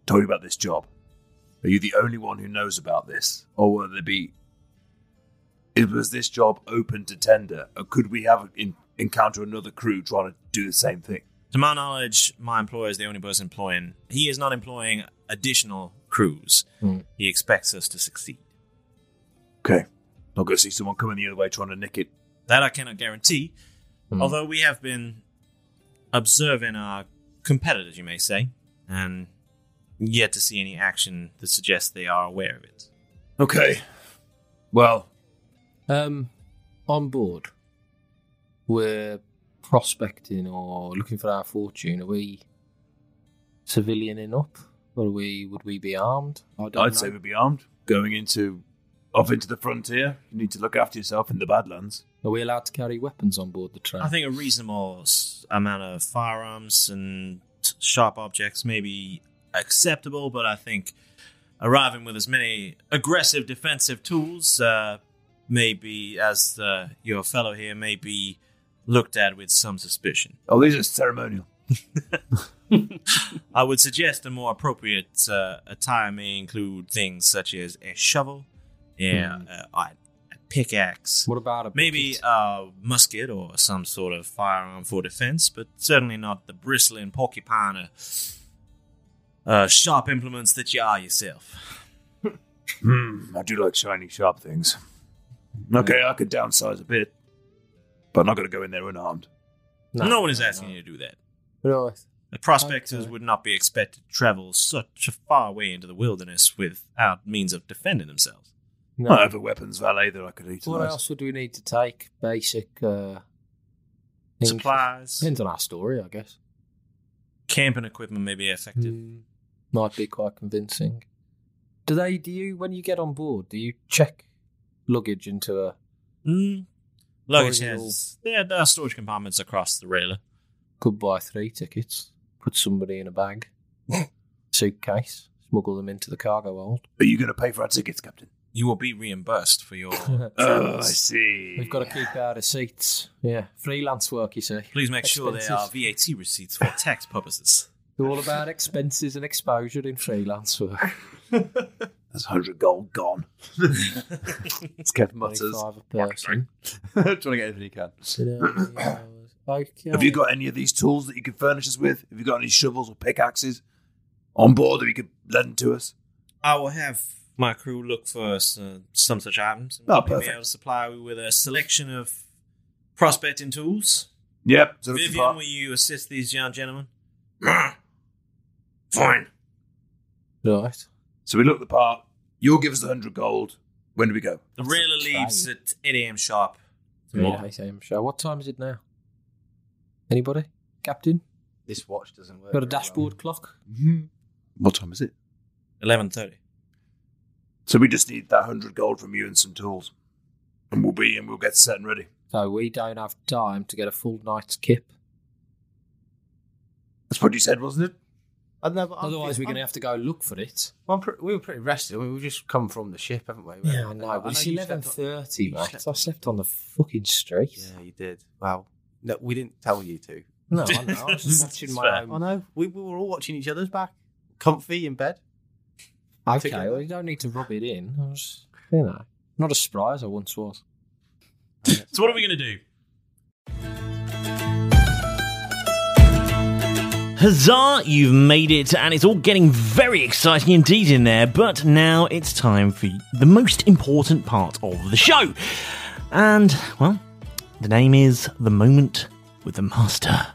told you about this job, are you the only one who knows about this? Or will there be, it was this job open to tender? Or could we have in, encounter another crew trying to do the same thing?
To my knowledge, my employer is the only person employing. He is not employing additional crews.
Hmm.
He expects us to succeed.
Okay. I'll go see someone coming the other way trying to nick it.
That I cannot guarantee.
Hmm.
Although we have been observing our competitors, you may say, and yet to see any action that suggests they are aware of it.
Okay. Well,
Um, on board. We're prospecting or looking for our fortune. Are we civilianing up? Or are we? Would we be armed? I
I'd say we'd be armed. Going into, off into the frontier, you need to look after yourself in the Badlands.
Are we allowed to carry weapons on board the train?
I think a reasonable s- amount of firearms and t- sharp objects may be acceptable, but I think arriving with as many aggressive defensive tools uh, may be, as uh, your fellow here, may be looked at with some suspicion.
Oh, these are ceremonial.
I would suggest a more appropriate uh, attire may include things such as a shovel, yeah, uh, a, a pickaxe.
What about a
maybe a musket or some sort of firearm for defense, but certainly not the bristling porcupine or uh, sharp implements that you are yourself.
Hmm, I do like shiny, sharp things. Okay, I could downsize a bit, but I'm not going to go in there unarmed.
No, one is asking you to do that.
No.
The prospectors would not be expected to travel such a far way into the wilderness without means of defending themselves.
No. I have
a weapons valet that I could eat.
What else would we need to take? Basic uh, things-
Supplies.
Depends on our story, I guess.
Camping equipment may be effective.
Hmm. Might be quite convincing. Do they? Do you? When you get on board, do you check luggage into a?
Mm. Luggage
Or is it all-
has there are storage compartments across the railer.
could buy three tickets, put somebody in a bag, suitcase, smuggle them into the cargo hold.
Are you going to pay for our tickets, Captain?
You will be reimbursed for your.
Oh, I see.
We've got to keep our receipts. Yeah, freelance work, you see.
Please make sure they are
Expensive.
VAT receipts for tax purposes.
It's all about expenses and exposure in freelance work.
That's 100 gold gone. It's Kev mutters.
25 a person.
Trying to get everything he can.
Okay.
Have you got any of these tools that you could furnish us with? Have you got any shovels or pickaxes on board that you could lend to us?
I will have my crew look for uh, some such items.
Oh,
We'll be
perfect.
able to supply you with a selection of prospecting tools.
Yep. so that's the
Vivian,
part.
will you assist these young gentlemen?
Fine.
Right.
So we look the part. You'll give us the 100 gold. When do we go?
The railer leaves at 8 a.m. sharp.
Yeah, I say I'm sure. What time is it now? Anybody? Captain?
This watch doesn't work.
Got a dashboard clock?
What time is it?
11.30.
So we just need that 100 gold from you and some tools. And we'll be and we'll get set and ready.
So we don't have time to get a full night's kip.
That's what you said, wasn't it?
I know, but I'm-
Otherwise, we're
I'm-
going to have to go look for it.
Well, I'm pre- we were pretty rested. I mean, we've just come from the ship, haven't we?
Yeah, I know.
you
It's
slept
eleven thirty,
on-
mate.
you
I slept on the fucking street.
Yeah, you did. Wow. No, we didn't tell you to.
No, I know. I was just watching my
I
own.
know. We, we were all watching each other's back, comfy in bed.
Okay, well, you don't need to rub it in. I was, you know, not as spry as I once was.
So, what are we going to do?
Huzzah, you've made it, and it's all getting very exciting indeed in there. But now it's time for the most important part of the show. And, well, the name is The Moment with the Master.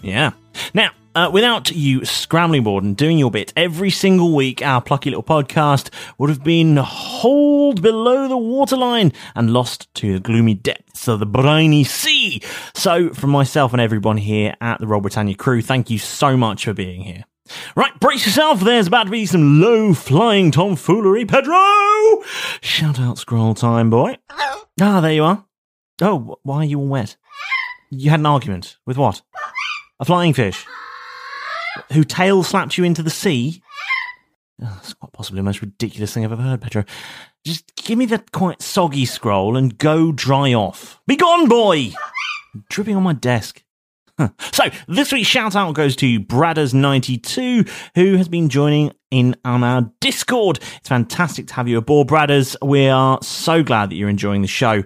Yeah. Now, uh, without you scrambling board and doing your bit every single week, our plucky little podcast would have been hauled below the waterline and lost to the gloomy depths of the briny sea. So, from myself and everyone here at the Royal Britannia crew, thank you so much for being here. Right, brace yourself. There's about to be some low flying tomfoolery. Pedro! Shout out, scroll time, boy. Ah, there you are. Oh, wh- why are you all wet? You had an argument. With what? A flying fish. Who tail slapped you into the sea? Oh, that's quite possibly the most ridiculous thing I've ever heard, Pedro. Just give me that quite soggy scroll and go dry off. Be gone, boy! Dripping on my desk. Huh. So, this week's shout out goes to Bradders92, who has been joining in on our Discord. It's fantastic to have you aboard, Bradders. We are so glad that you're enjoying the show.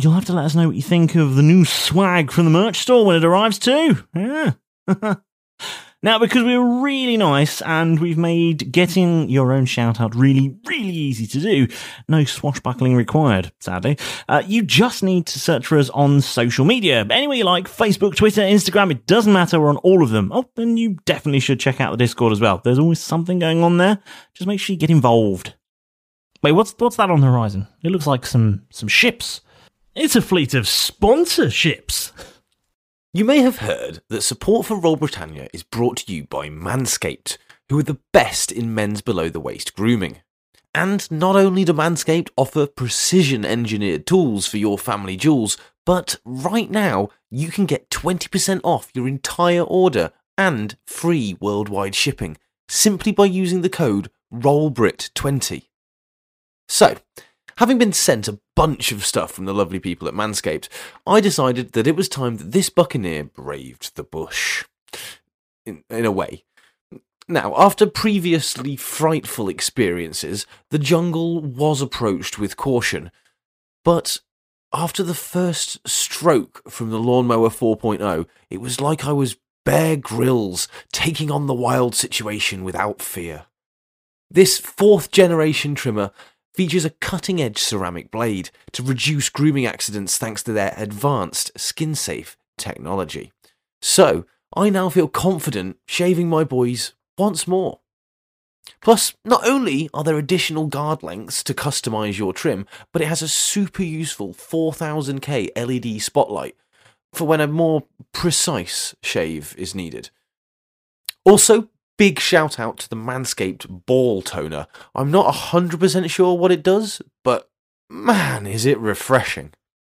You'll have to let us know what you think of the new swag from the merch store when it arrives, too. Yeah. now, because we we're really nice and we've made getting your own shout out really, really easy to do, no swashbuckling required, sadly, uh, you just need to search for us on social media. Anywhere you like Facebook, Twitter, Instagram, it doesn't matter, we're on all of them. Oh, and you definitely should check out the Discord as well. There's always something going on there. Just make sure you get involved. Wait, what's what's that on the horizon? It looks like some some ships. It's a fleet of sponsorships.
You may have heard that support for Roll Britannia is brought to you by Manscaped, who are the best in men's below the waist grooming. And not only do Manscaped offer precision engineered tools for your family jewels, but right now you can get 20% off your entire order and free worldwide shipping simply by using the code ROLLBRIT20. So, having been sent a bunch of stuff from the lovely people at Manscaped, I decided that it was time that this buccaneer braved the bush. in, in a way. Now, after previously frightful experiences, the jungle was approached with caution. But after the first stroke from the lawnmower 4.0, it was like I was Bear Grylls taking on the wild situation without fear. This fourth generation trimmer features a cutting edge ceramic blade to reduce grooming accidents thanks to their advanced skin safe technology. So, I now feel confident shaving my boys once more. Plus, not only are there additional guard lengths to customize your trim, but it has a super useful 4000K LED E spotlight for when a more precise shave is needed. Also, big shout out to the Manscaped Ball Toner. I'm not 100% sure what it does, but man, is it refreshing.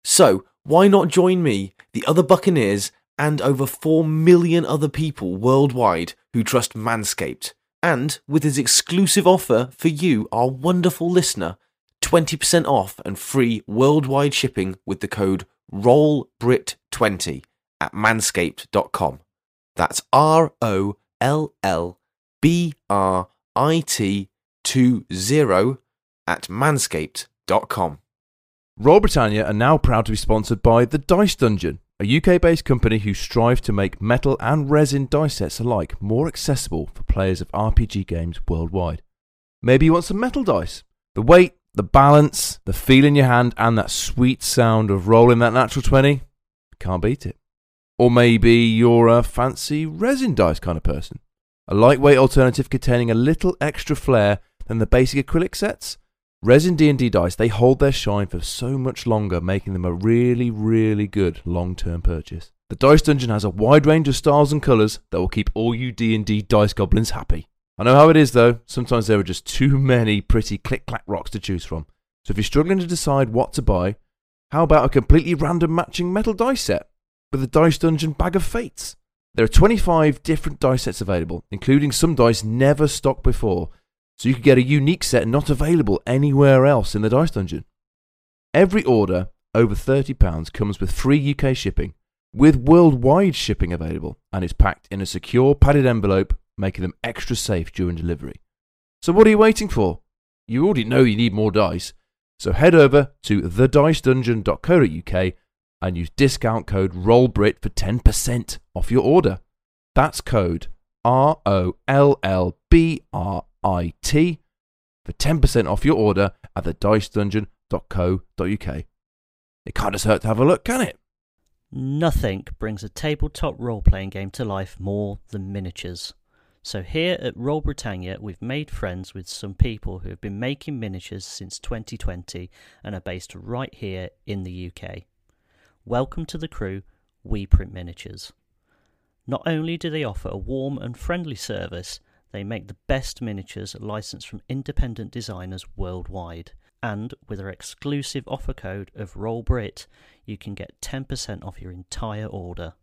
So, why not join me, the other Buccaneers, and over 4 million other people worldwide who trust Manscaped? And with his exclusive offer for you, our wonderful listener, 20% off and free worldwide shipping with the code ROLLBRIT20 at manscaped.com. That's R O L L B R I T 20 at manscaped.com.
Royal Britannia are now proud to be sponsored by The Dice Dungeon, a UK based company who strive to make metal and resin dice sets alike more accessible for players of RPG games worldwide. Maybe you want some metal dice. The weight, the balance, the feel in your hand, and that sweet sound of rolling that natural 20 can't beat it. Or maybe you're a fancy resin dice kind of person. A lightweight alternative containing a little extra flair than the basic acrylic sets. Resin D&D dice, they hold their shine for so much longer, making them a really, really good long-term purchase. The Dice Dungeon has a wide range of styles and colours that will keep all you D&D dice goblins happy. I know how it is though, sometimes there are just too many pretty click-clack rocks to choose from. So if you're struggling to decide what to buy, how about a completely random matching metal dice set? with the Dice Dungeon Bag of Fates. There are 25 different dice sets available, including some dice never stocked before, so you can get a unique set not available anywhere else in the Dice Dungeon. Every order over £30 comes with free UK shipping, with worldwide shipping available, and is packed in a secure padded envelope, making them extra safe during delivery. So what are you waiting for? You already know you need more dice, so head over to thedicedungeon.co.uk and use discount code ROLLBRIT for 10% off your order. That's code R O L L B R I T for 10% off your order at thedicedungeon.co.uk. It can't just hurt to have a look, can it?
Nothing brings a tabletop role playing game to life more than miniatures. So, here at Roll Britannia, we've made friends with some people who have been making miniatures since 2020 and are based right here in the UK. Welcome to the crew, We Print Miniatures. Not only do they offer a warm and friendly service, they make the best miniatures licensed from independent designers worldwide. And with our exclusive offer code of ROLLBRIT, you can get 10% off your entire order.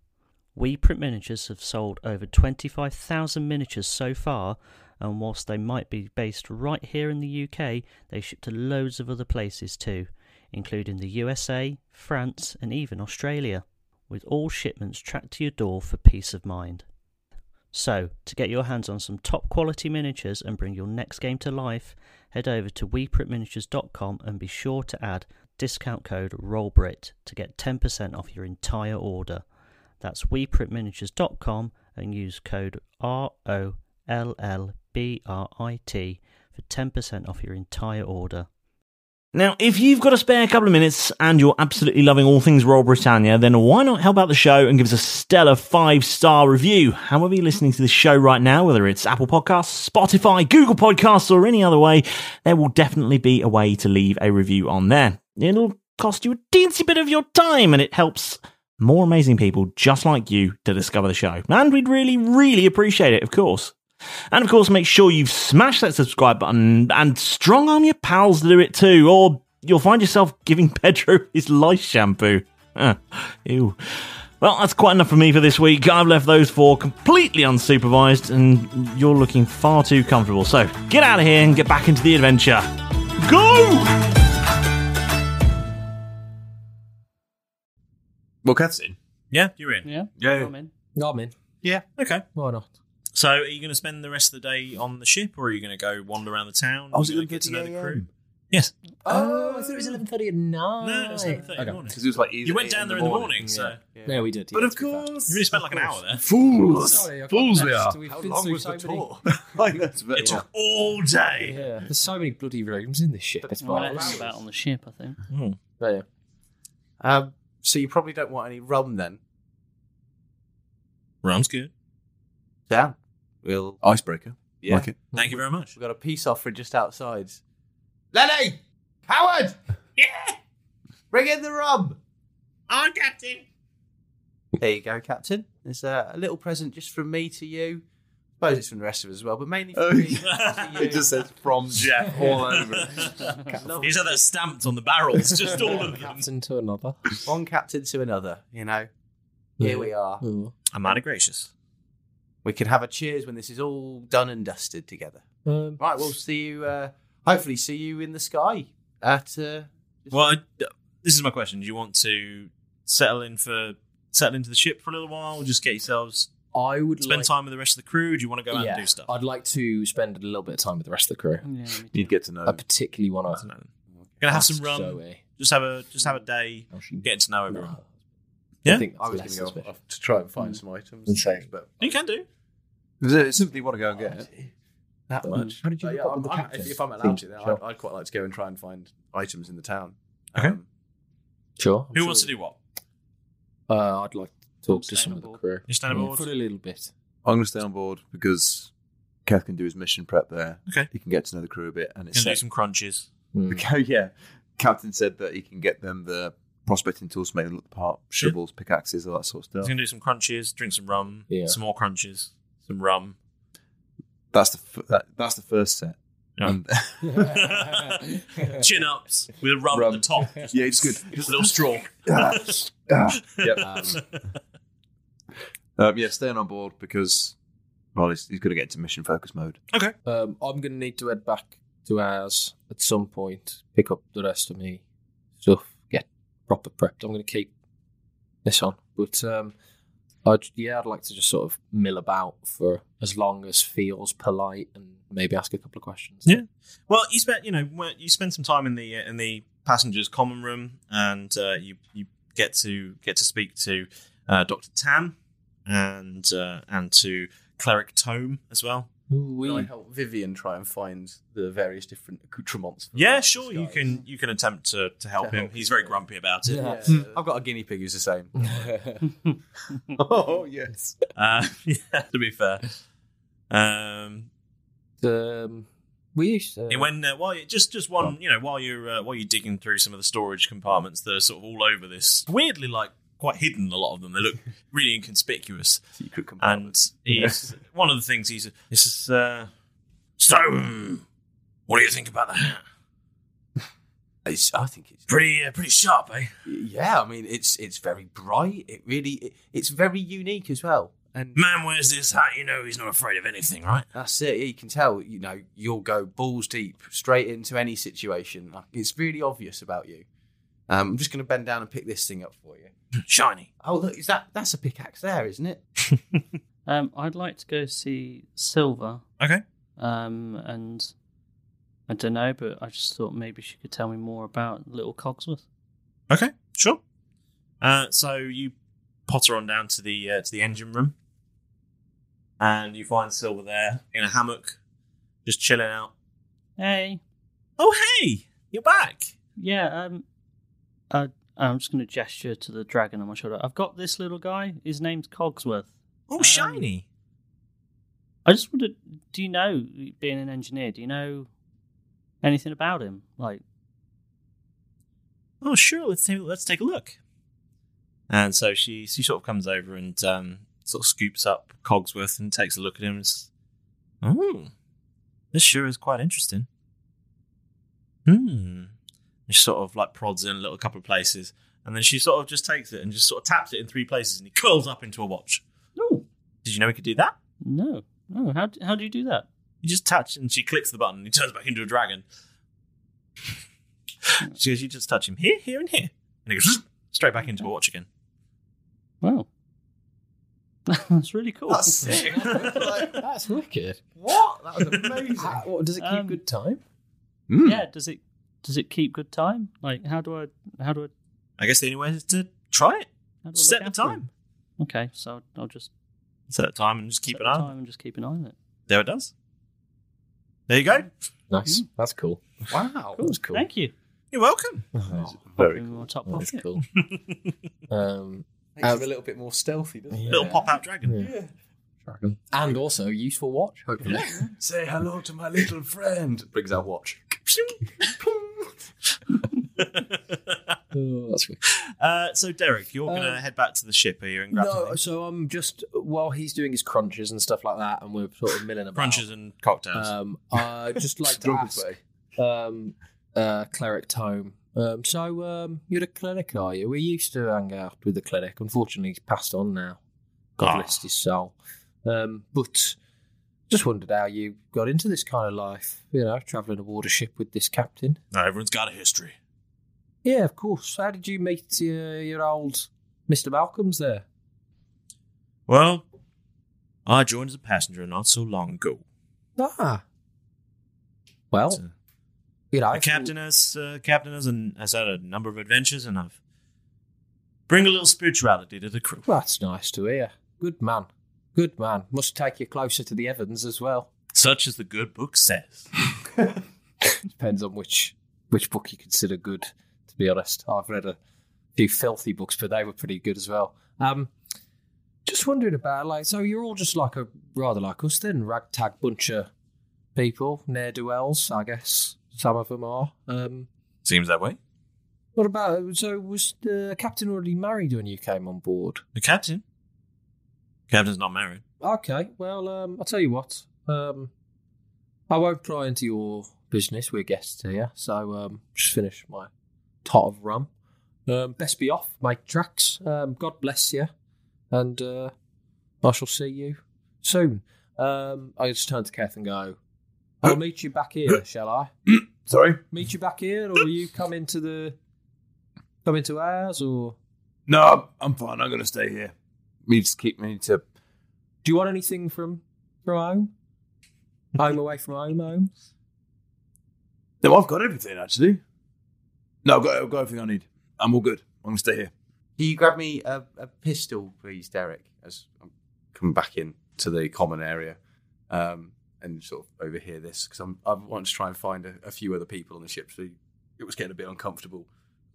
We Print Miniatures have sold over 25,000 miniatures so far, and whilst they might be based right here in the UK, they ship to loads of other places too including the USA, France, and even Australia, with all shipments tracked to your door for peace of mind. So, to get your hands on some top quality miniatures and bring your next game to life, head over to weprintminiatures.com and be sure to add discount code ROLLBRIT to get 10% off your entire order. That's weprintminiatures.com and use code R O L L B R I T for 10% off your entire order.
Now, if you've got a spare couple of minutes and you're absolutely loving all things Royal Britannia, then why not help out the show and give us a stellar five star review? However, you're listening to this show right now, whether it's Apple Podcasts, Spotify, Google Podcasts, or any other way, there will definitely be a way to leave a review on there. It'll cost you a teensy bit of your time and it helps more amazing people just like you to discover the show. And we'd really, really appreciate it, of course. And of course, make sure you've smashed that subscribe button and strong arm your pals to do it too, or you'll find yourself giving Pedro his lice shampoo. Ew. Well, that's quite enough for me for this week. I've left those four completely unsupervised, and you're looking far too comfortable. So get out of here and get back into the adventure. Go!
Well, Cat's in.
Yeah, you're in.
Yeah,
Yeah.
in.
No, I'm in.
Yeah. Okay.
Why not?
So, are you going to spend the rest of the day on the ship, or are you going to go wander around the town?
Oh, is it
Are you
gonna get
gonna
to
the
9
crew?
a.m.?
Yes.
Oh, I thought it was eleven thirty at night.
No, it's 11:30 in the morning.
Because it was like
You went down there in the morning, so
Yeah, we did.
But
yeah,
of
to be fair.
course, you really spent like an hour there.
Fools.
Sorry, I got
Fools we
lost.
are.
We've
How
been
long
through
was
so
the
many-
tour? That's very
It took all day.
Yeah, there's so many bloody rooms in this Hmm. ship. It's
Well,
fine.
that's about on the ship, I think.
But yeah.
Um, so you probably don't want any rum then.
Rum's good.
Down. We'll
icebreaker.
Yeah.
Like it.
Thank you very much.
We've got a peace offering just outside. Lenny! Howard!
Yeah!
Bring in the rum!
On, Captain.
There you go, Captain. There's a, a little present just from me to you. I suppose it's from the rest of us as well, but mainly from me.
Oh, it just says from Jeff all over it.
These are that stamped on the barrels, just all of them.
Captain to another.
One captain to another, you know. Here we are.
I'm mighty gracious.
We can have a cheers when this is all done and dusted together.
Um,
Right, we'll see you, uh, hopefully, see you in the sky at. Uh,
Well, I- this is my question. Do you want to settle in for settle into the ship for a little while, just get yourselves
I would
spend
like-
time with the rest of the crew? Do you want to go out
yeah,
and do stuff?
I'd like to spend a little bit of time with the rest of the crew.
You'd get to know.
I particularly want to
Gonna have some rum.
Zoe. Oh,
Just have a just have a day, getting to know everyone. Yeah,
I think
I was
that's less
going to
Mm.
go
suspicious.
off to try and find some items. And things, but
You can do.
Is it something you want to go and get? That much.
How did you
Uh,
hook
yeah,
up
I'm-
with the
I'm-
captain?
if, if I'm allowed to, then I'd, I'd quite like to go and try and find items in the town. Um,
Sure.
Who wants to do what?
Uh, I'd like to talk to some of the crew.
You stand
Yeah,
aboard?
for a little bit.
I'm going to stay on board because Keth can do his mission prep there.
Okay.
He can get to know the crew a bit, and
Gonna
it's
do some crunches.
Hmm.
Okay, Oh, yeah. Captain said that he can get them the prospecting tools to make them look the part, shovels, pickaxes, all that sort of
He's
stuff.
gonna do some crunches, drink some rum,
Yeah.
some more crunches, some rum.
That's the f- that, that's the first set.
Yeah.
And-
Chin ups with a rum,
Rum.
at the top.
yeah, it's good.
Just a little straw.
Ah, ah, yep.
Um,
Um, yeah, staying on board because well, he's, he's going to get into mission focus mode.
Okay.
Um, I'm going to need to head back to ours at some point, pick up the rest of me stuff, get proper prepped. I'm going to keep this on, but um, I'd, yeah, I'd like to just sort of mill about for as long as feels polite and maybe ask a couple of questions.
Yeah. Well, you spent you know well, you spend some time in the uh, in the passengers' common room, and uh, you you get to get to speak to uh, Doctor Tan and uh, and to cleric Tome as well.
We
Can I help Vivian try and find the various different accoutrements? for
Yeah,
this
sure. You
guy?
can you can attempt to, to
To
help him.
help. Hmm.
He's very grumpy about it.
Yeah. I've got a guinea pig who's the same. oh yes.
Uh, yeah, to be fair. Um,
Uh, um, we used to.
and when uh, while you, just just one you know while you're uh, while you're digging through some of the storage compartments that are sort of all over this weirdly like quite hidden a lot of them they look really inconspicuous
Secret
and he's one of the things he's this is uh, so um, what do you think about the hat
it's, I think it's
pretty uh, pretty sharp eh
Yeah, I mean it's it's very bright. It really it, it's very unique as well. And
man wears this hat you know he's not afraid of anything right
that's it. You can tell. You know, you'll go balls deep straight into any situation. Like, It's really obvious about you. Um, I'm just going to bend down and pick this thing up for you.
shiny
Oh look, is that that's a pickaxe there, isn't it?
Um, I'd like to go see Silver.
Okay.
Um, and I don't know, but I just thought maybe she could tell me more about Little Cogsworth.
okay sure uh, so you potter on down to the uh, to the engine room and you find Silver there in a hammock just chilling out
Hey.
oh hey you're back
Yeah. Um, uh, I'm just going to gesture to the dragon on my shoulder. I've got this little guy. His name's Cogsworth. Um,
oh shiny
I just wonder, do you know, being an engineer, do you know anything about him? Like,
oh sure let's take, let's take a look and so she she sort of comes over and um, sort of scoops up cogsworth and takes a look at him and says, oh this sure is quite interesting hmm and she sort of like prods in a little couple of places and then she sort of just takes it and just sort of taps it in three places and he curls up into a watch
no,
did you know he could do that
no, no. How d- how do you do that?
you just touch and she clicks the button and he turns back into a dragon she goes you just touch him here here and here and he goes straight back into a watch again
Well, That's really cool.
That's sick.
That's wicked.
What?
That was amazing. what, does it keep good time?
Um,
Hmm.
Yeah, does it does it keep good time? Like how do I how do I
I guess the only way is to try
how
it.
do I
Set
look
the
after
time.
them? Okay, so I'll just
Set the time and just keep
set
an
the
eye on it.
time and just keep an eye on it.
There it does. There you go.
Nice. That's cool. Wow. That was cool.
Thank you.
You're welcome.
Very
cool. Top
That's
pocket.
cool. um,
Makes it
a little bit more stealthy, doesn't
Little pop out dragon.
Yeah. And also useful watch, hopefully.
Say hello to my little friend. Brings out watch.
Oh, that's good.
Uh, so Derek, you're
Uh,
gonna head back to the ship here and grab
No,
something.
so I'm just while he's doing his crunches and stuff like that, and we're sort of milling about.
Crunches and cocktails.
Um, I just like to
Drunk
ask, um, uh, cleric Tome. Um, so um, you're a cleric, are you? We used to hang out with the cleric. Unfortunately, he's passed on now. God
Ah.
rest his soul. Um, but just wondered how you got into this kind of life. You know, traveling aboard a ship with this captain.
No, everyone's got a history.
Yeah, of course. How did you meet uh, your old Mister Malcolm's there?
Well, I joined as a passenger not so long ago.
Ah. Well, you know,
the
if you-
captain has uh, captain has, an, has had a number of adventures, and I've bring a little spirituality to the crew.
Well, that's nice to hear. Good man. Good man. Must take you closer to the heavens as well.
Such as the good book says.
Depends on which which book you consider good, to be honest. I've read a few filthy books, but they were pretty good as well. Um just wondering about like so you're all just like a rather like us then, ragtag bunch of people, ne'er do wells, I guess. Some of them are. Um
Seems that way.
what about so was the captain already married when you came on board?
The captain. Captain's not married.
Okay, well, um, I'll tell you what. Um, I won't pry into your business. We're guests here, so um, just finish my tot of rum. Um, best be off, make tracks. Um, God bless you, and uh, I shall see you soon. Um, I just turn to Keth and go. I'll meet you back here, shall I?
Sorry.
Meet you back here, or will you come into the come into ours, or
No, I'm- I'm fine. I'm gonna stay here. Me just keep me to.
do you want anything from from home? home away from home, home.
No, I've got everything actually. No, I've got, I've got everything I need. I'm all good. I'm gonna stay here.
Can you grab me a, a pistol, please, Derek? As um, I'm coming back in to the common area, um, and sort of overhear this because I'm I want to try and find a, a few other people on the ship. So it was getting a bit uncomfortable.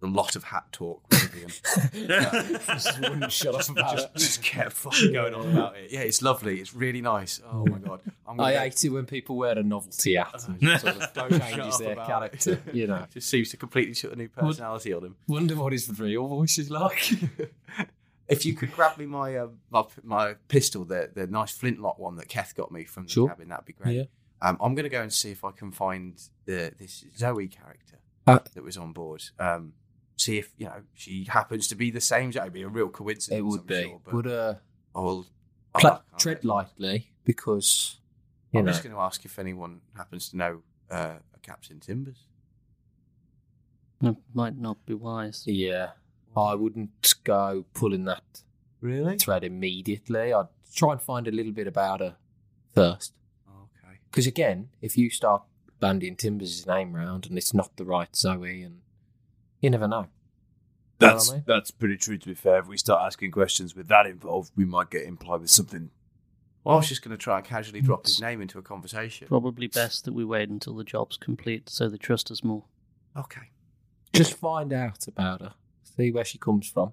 A lot of hat talk. With everyone. Yeah, just wouldn't shut up about just, it. Just kept fucking going on about it. Yeah, it's lovely. It's really nice. Oh my god, I'm
I
gonna-
hate it when people wear a novelty hat.
Sort
sort
of
of
don't
changes their
about
character.
it.
You know.
just seems to completely shut a new personality on him.
Wonder what his real voice is like.
If you could grab me my uh, my, my pistol, the the nice flintlock one that Keth got me from the
Sure.
cabin, that'd be great.
Yeah.
Um, I'm going to go and see if I can find the this Zoe character
Uh,
that was on board. Um, see if you know she happens to be the same. That would be a real coincidence.
It would
I'm
be.
Sure, but
would uh,
I'll,
pla-
I'll- I'll-
tread lightly because you
I'm
know.
just going to ask if anyone happens to know uh, Captain Timbers.
That might not be wise.
Yeah, I wouldn't go pulling that
really
thread immediately. I'd try and find a little bit about her first.
Okay.
Because again, if you start bandying Timbers' name round and it's not the right Zoe, and you never know. Know what I
That's
mean?
that's pretty true. To be fair, if we start asking questions with that involved, we might get implied with something.
Well, I was just going to try and casually drop his name into a conversation.
Probably best that we wait until the job's complete so they trust us more.
Okay.
Just find out about her. See where she comes from.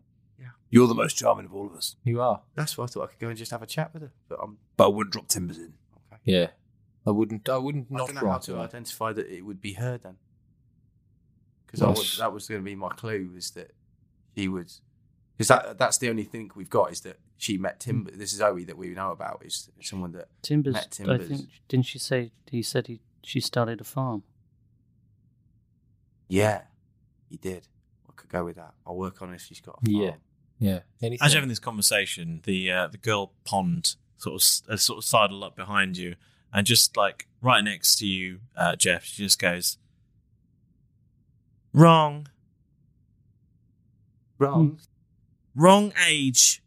You're the most charming of all of us,
You are.
That's what I thought I could go and just have a chat with her, but um, I'm
but I wouldn't drop timbers in.
Yeah. I wouldn't. I wouldn't not
I don't know how
right
to
away.
identify that it would be her then, because
Yes.
that was going to be my clue is that she would, because that that's the only thing we've got is that she met Timber. This is Zoe that we know about is someone that
Timbers,
met Hmm. Timbers.
I think, didn't she say he said he she started a farm?
Yeah, he did. I could go with that. I'll work on if she's got. A farm.
Yeah. Yeah. Anything.
As you're having this conversation, the uh, the girl pond sort of s- uh, sort of sidle up behind you, and just like right next to you, uh, Jeff, she just goes, "Wrong,
wrong,
Hmm.
wrong age."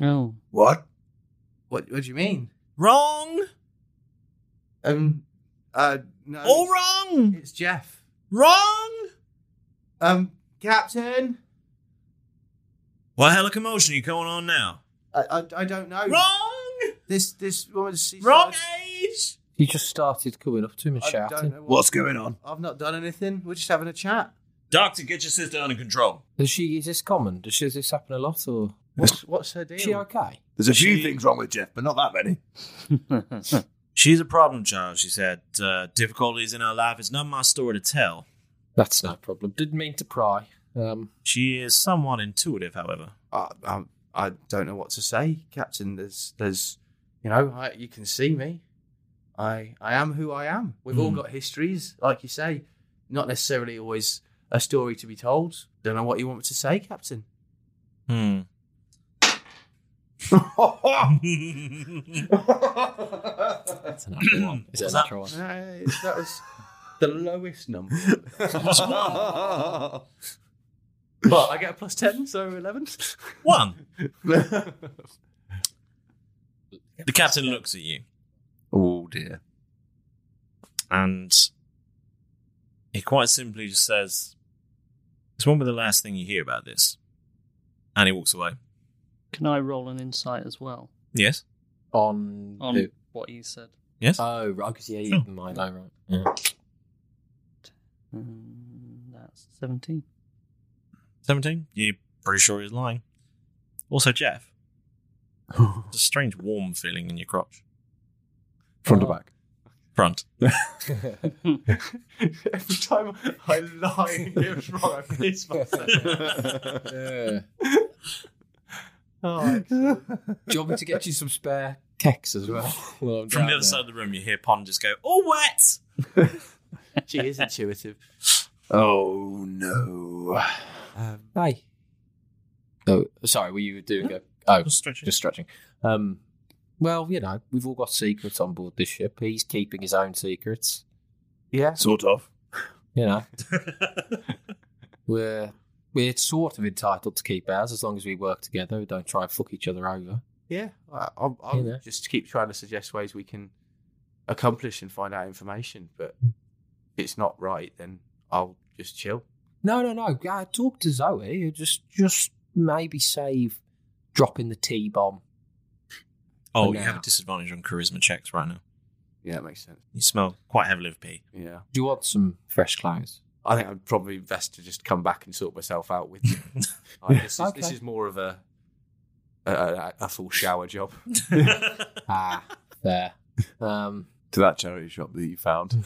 Oh.
What?
What What do you mean?
Wrong.
Um. Uh. No.
All wrong.
It's Jeff.
Wrong.
Um. Captain.
What hell of commotion you going on now?
I, I, I don't know.
Wrong.
This this woman. she
Wrong
started-
age.
He just started coming up to him and
I don't
shouting.
know what- I've not done anything. We're just having a chat.
Doctor, get your sister under control.
Does she? Is this common? Does, she, does this happen a lot, or
What's what's her deal?
She okay?
There's a few things wrong with Jeff, but not that many.
She's a problem child. She said uh, difficulties in her life is not my story to tell.
That's no problem. Didn't mean to pry. Um,
She is somewhat intuitive, however.
I, I I don't know what to say, Captain. There's there's you know I, you can see me. I I am who I am. We've all
Hmm.
got histories, like you say. Not necessarily always a story to be told. Don't know what you want me to say, Captain.
Hmm.
That's
an natural one.
Is
it
that,
a natural one?
Uh, that was the lowest number. But I get a plus ten, so eleven.
One. The captain looks at you.
Oh dear.
And he quite simply just says, It's one of the last thing you hear about this. And he walks away.
Can I roll an insight as well
Yes?
On,
on
who?
what you said?
Yes.
Oh, right. Because yeah, you might know, right?
Mm, that's 17.
17? You're pretty sure he's lying. Also, Jeff. There's a strange warm feeling in your crotch.
Front or back?
Front.
Every time I lie, it was wrong. I piss myself.
Yeah.
Oh,
Do you want me to get you some spare keks as well? Well, I'm
From
down
the other
there.
side of the room, you hear Pond just go, Oh, wet!
she is intuitive.
Oh no.
Um,
Hey. Oh, sorry. Were you doing? A, oh, just stretching. Um, well, you know, we've all got secrets on board this ship. He's keeping his own secrets.
Yeah.
Sort of.
You know, we're we're sort of entitled to keep ours as long as we work together. We don't try and fuck each other over.
Yeah, I, I'll, I'll
You know.
just keep trying to suggest ways we can accomplish and find out information. But if it's not right, then I'll just chill.
No, no, no. Uh, talk to Zoe. Just, just maybe save dropping the T bomb.
Oh,
For
you have
now.
a disadvantage on charisma checks right now.
Yeah, that makes sense.
You smell quite heavily of pee.
Yeah.
Do you want some fresh clothes?
I think I'd probably best to just come back and sort myself out with you. Like, this, is, this
Okay.
is more of a a, a, a full shower job.
ah, there. Um,
To that charity shop that you found.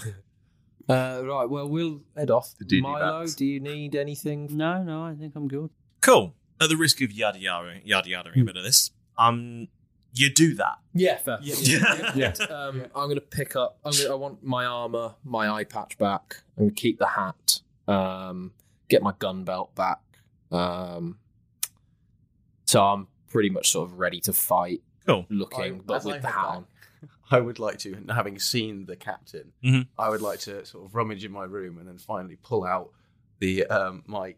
uh, right. Well, we'll head off.
Didi
Milo, do you need anything?
No, no, I think I'm good.
Cool. At the risk of yada yada yada yadaing a bit of this, um, you do that.
Yeah, fair.
Yeah, yeah, yeah.
Um, I'm gonna pick up. I'm gonna, I want my armor, my eye patch back. I'm gonna keep the hat. Um, get my gun belt back. Um, so I'm pretty much sort of ready to fight.
Cool.
Looking,
I-
but
as I
with the
head
hat
back-
on.
I would like to, and having seen the captain,
Mhm.
I would like to sort of rummage in my room and then finally pull out the um, my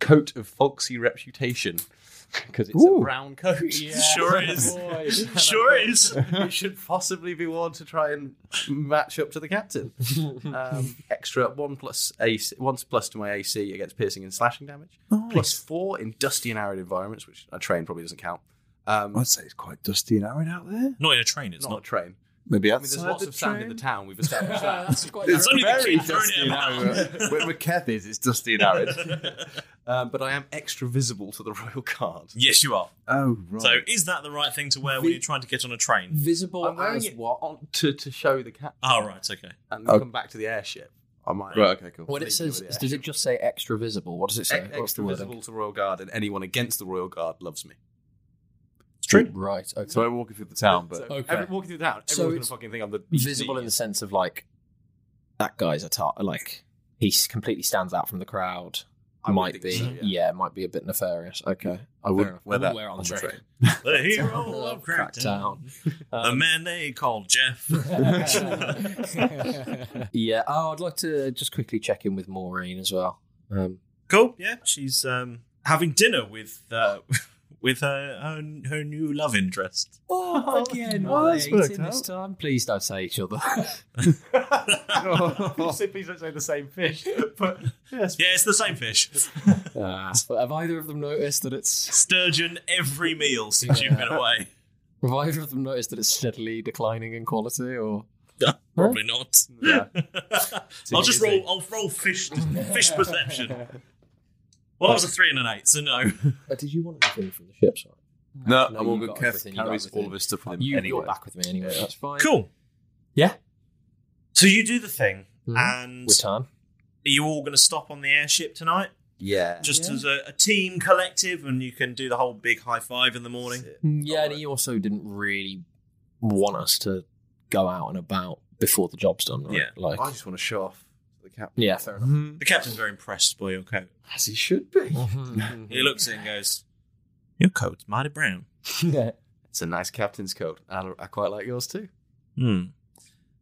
coat of foxy reputation because it's a brown coat.
Sure is.
Boy.
Sure is.
It should possibly be worn to try and match up to the captain. Um, extra one plus AC, one plus to my AC against piercing and slashing damage. Plus four in dusty and arid environments, which a train probably doesn't count. Um,
I'd say it's quite dusty and arid out there.
Not in a train. It's
not,
not.
a train.
Maybe
I mean, there's
outside
lots
the
of sand in the town. We've established that.
It's
only the
very
kid throwing
dusty
him
and arid. Where, where Keth is, it's dusty and arid.
um, but I am extra visible to the royal guard.
Yes, you are.
Oh,
So, is that the right thing to wear when you're trying to get on a train?
Visible
I'm wearing
as
it
what?
on to, to show the captain.
Oh, right. Okay.
And
Oh.
come back to the airship. I might.
Right, okay, cool.
What it
Leave you
says?
with the
Does it just say extra visible? What does it say?
airship.
What's the
Extra
word?
visible to royal guard, and anyone against the royal guard loves me.
True. Right. Okay.
So I'm walking through the town, but
So
Okay.
every- walking through the town,
So
everyone's gonna
it's
fucking think I'm the
visible in the sense of like that guy's a tar- like he s- completely stands out from the crowd.
I would
might
think
be
so,
yeah.
yeah.
might be a bit nefarious. Okay, I
wouldn't
would
wear
wear
that
wear it on the
on the
train.
train.
The hero of Crackdown. A man they called Jeff.
yeah. Oh, I'd like to just quickly check in with Maureen as well. Um,
cool. Yeah. She's um, having dinner with uh, with her her, her new love interest.
Oh, again.
Oh,
we're
that's
eating
worked
this
out.
time. Please don't say each other.
Please don't say the same fish. But
Yeah, it's the same fish.
Ah, but have either of them noticed that it's
Sturgeon every meal since you've been away.
have either of them noticed that it's steadily declining in quality or
Probably not. I'll just
easy.
roll. I'll roll fish fish perception. Well, that was a three and an eight, so no.
did you want anything from the ship? Sorry.
No,
No,
I'm all
you
good.
got
Kev
everything, you got
carries all
everything.
of us to Prime
You,
anyway.
You're back with me anyway. That's fine.
Cool.
Yeah. Mm-hmm.
So you do the thing, and
Return.
Are you all going to stop on the airship tonight?
Yeah.
Just as a, a team collective, and you can do the whole big high five in the morning.
Yeah, and he also didn't really want us to go out and about before the job's done, right?
Yeah.
Like,
I
just want to show off the captain. Yeah, Mm-hmm. fair enough.
The captain's very impressed by your coat.
As he should be. Mm-hmm.
He looks at it and goes, Your coat's mighty brown.
It's a nice captain's coat. I, I quite like yours too.
Hmm.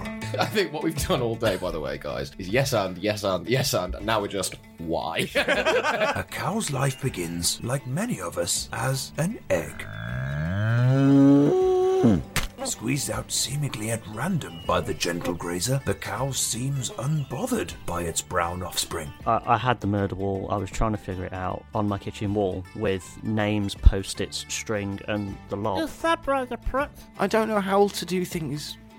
I think what we've done all day, by the way, guys, is yes and, yes and, yes and, and now we're just, why?
a cow's life begins, like many of us, as an egg. Squeezed out seemingly at random by the gentle grazer, the cow seems unbothered by its brown offspring.
I, I had the murder wall. I was trying to figure it out on my kitchen wall with names, post-its, string, and the lot.
that brother prick?
I don't know how to do things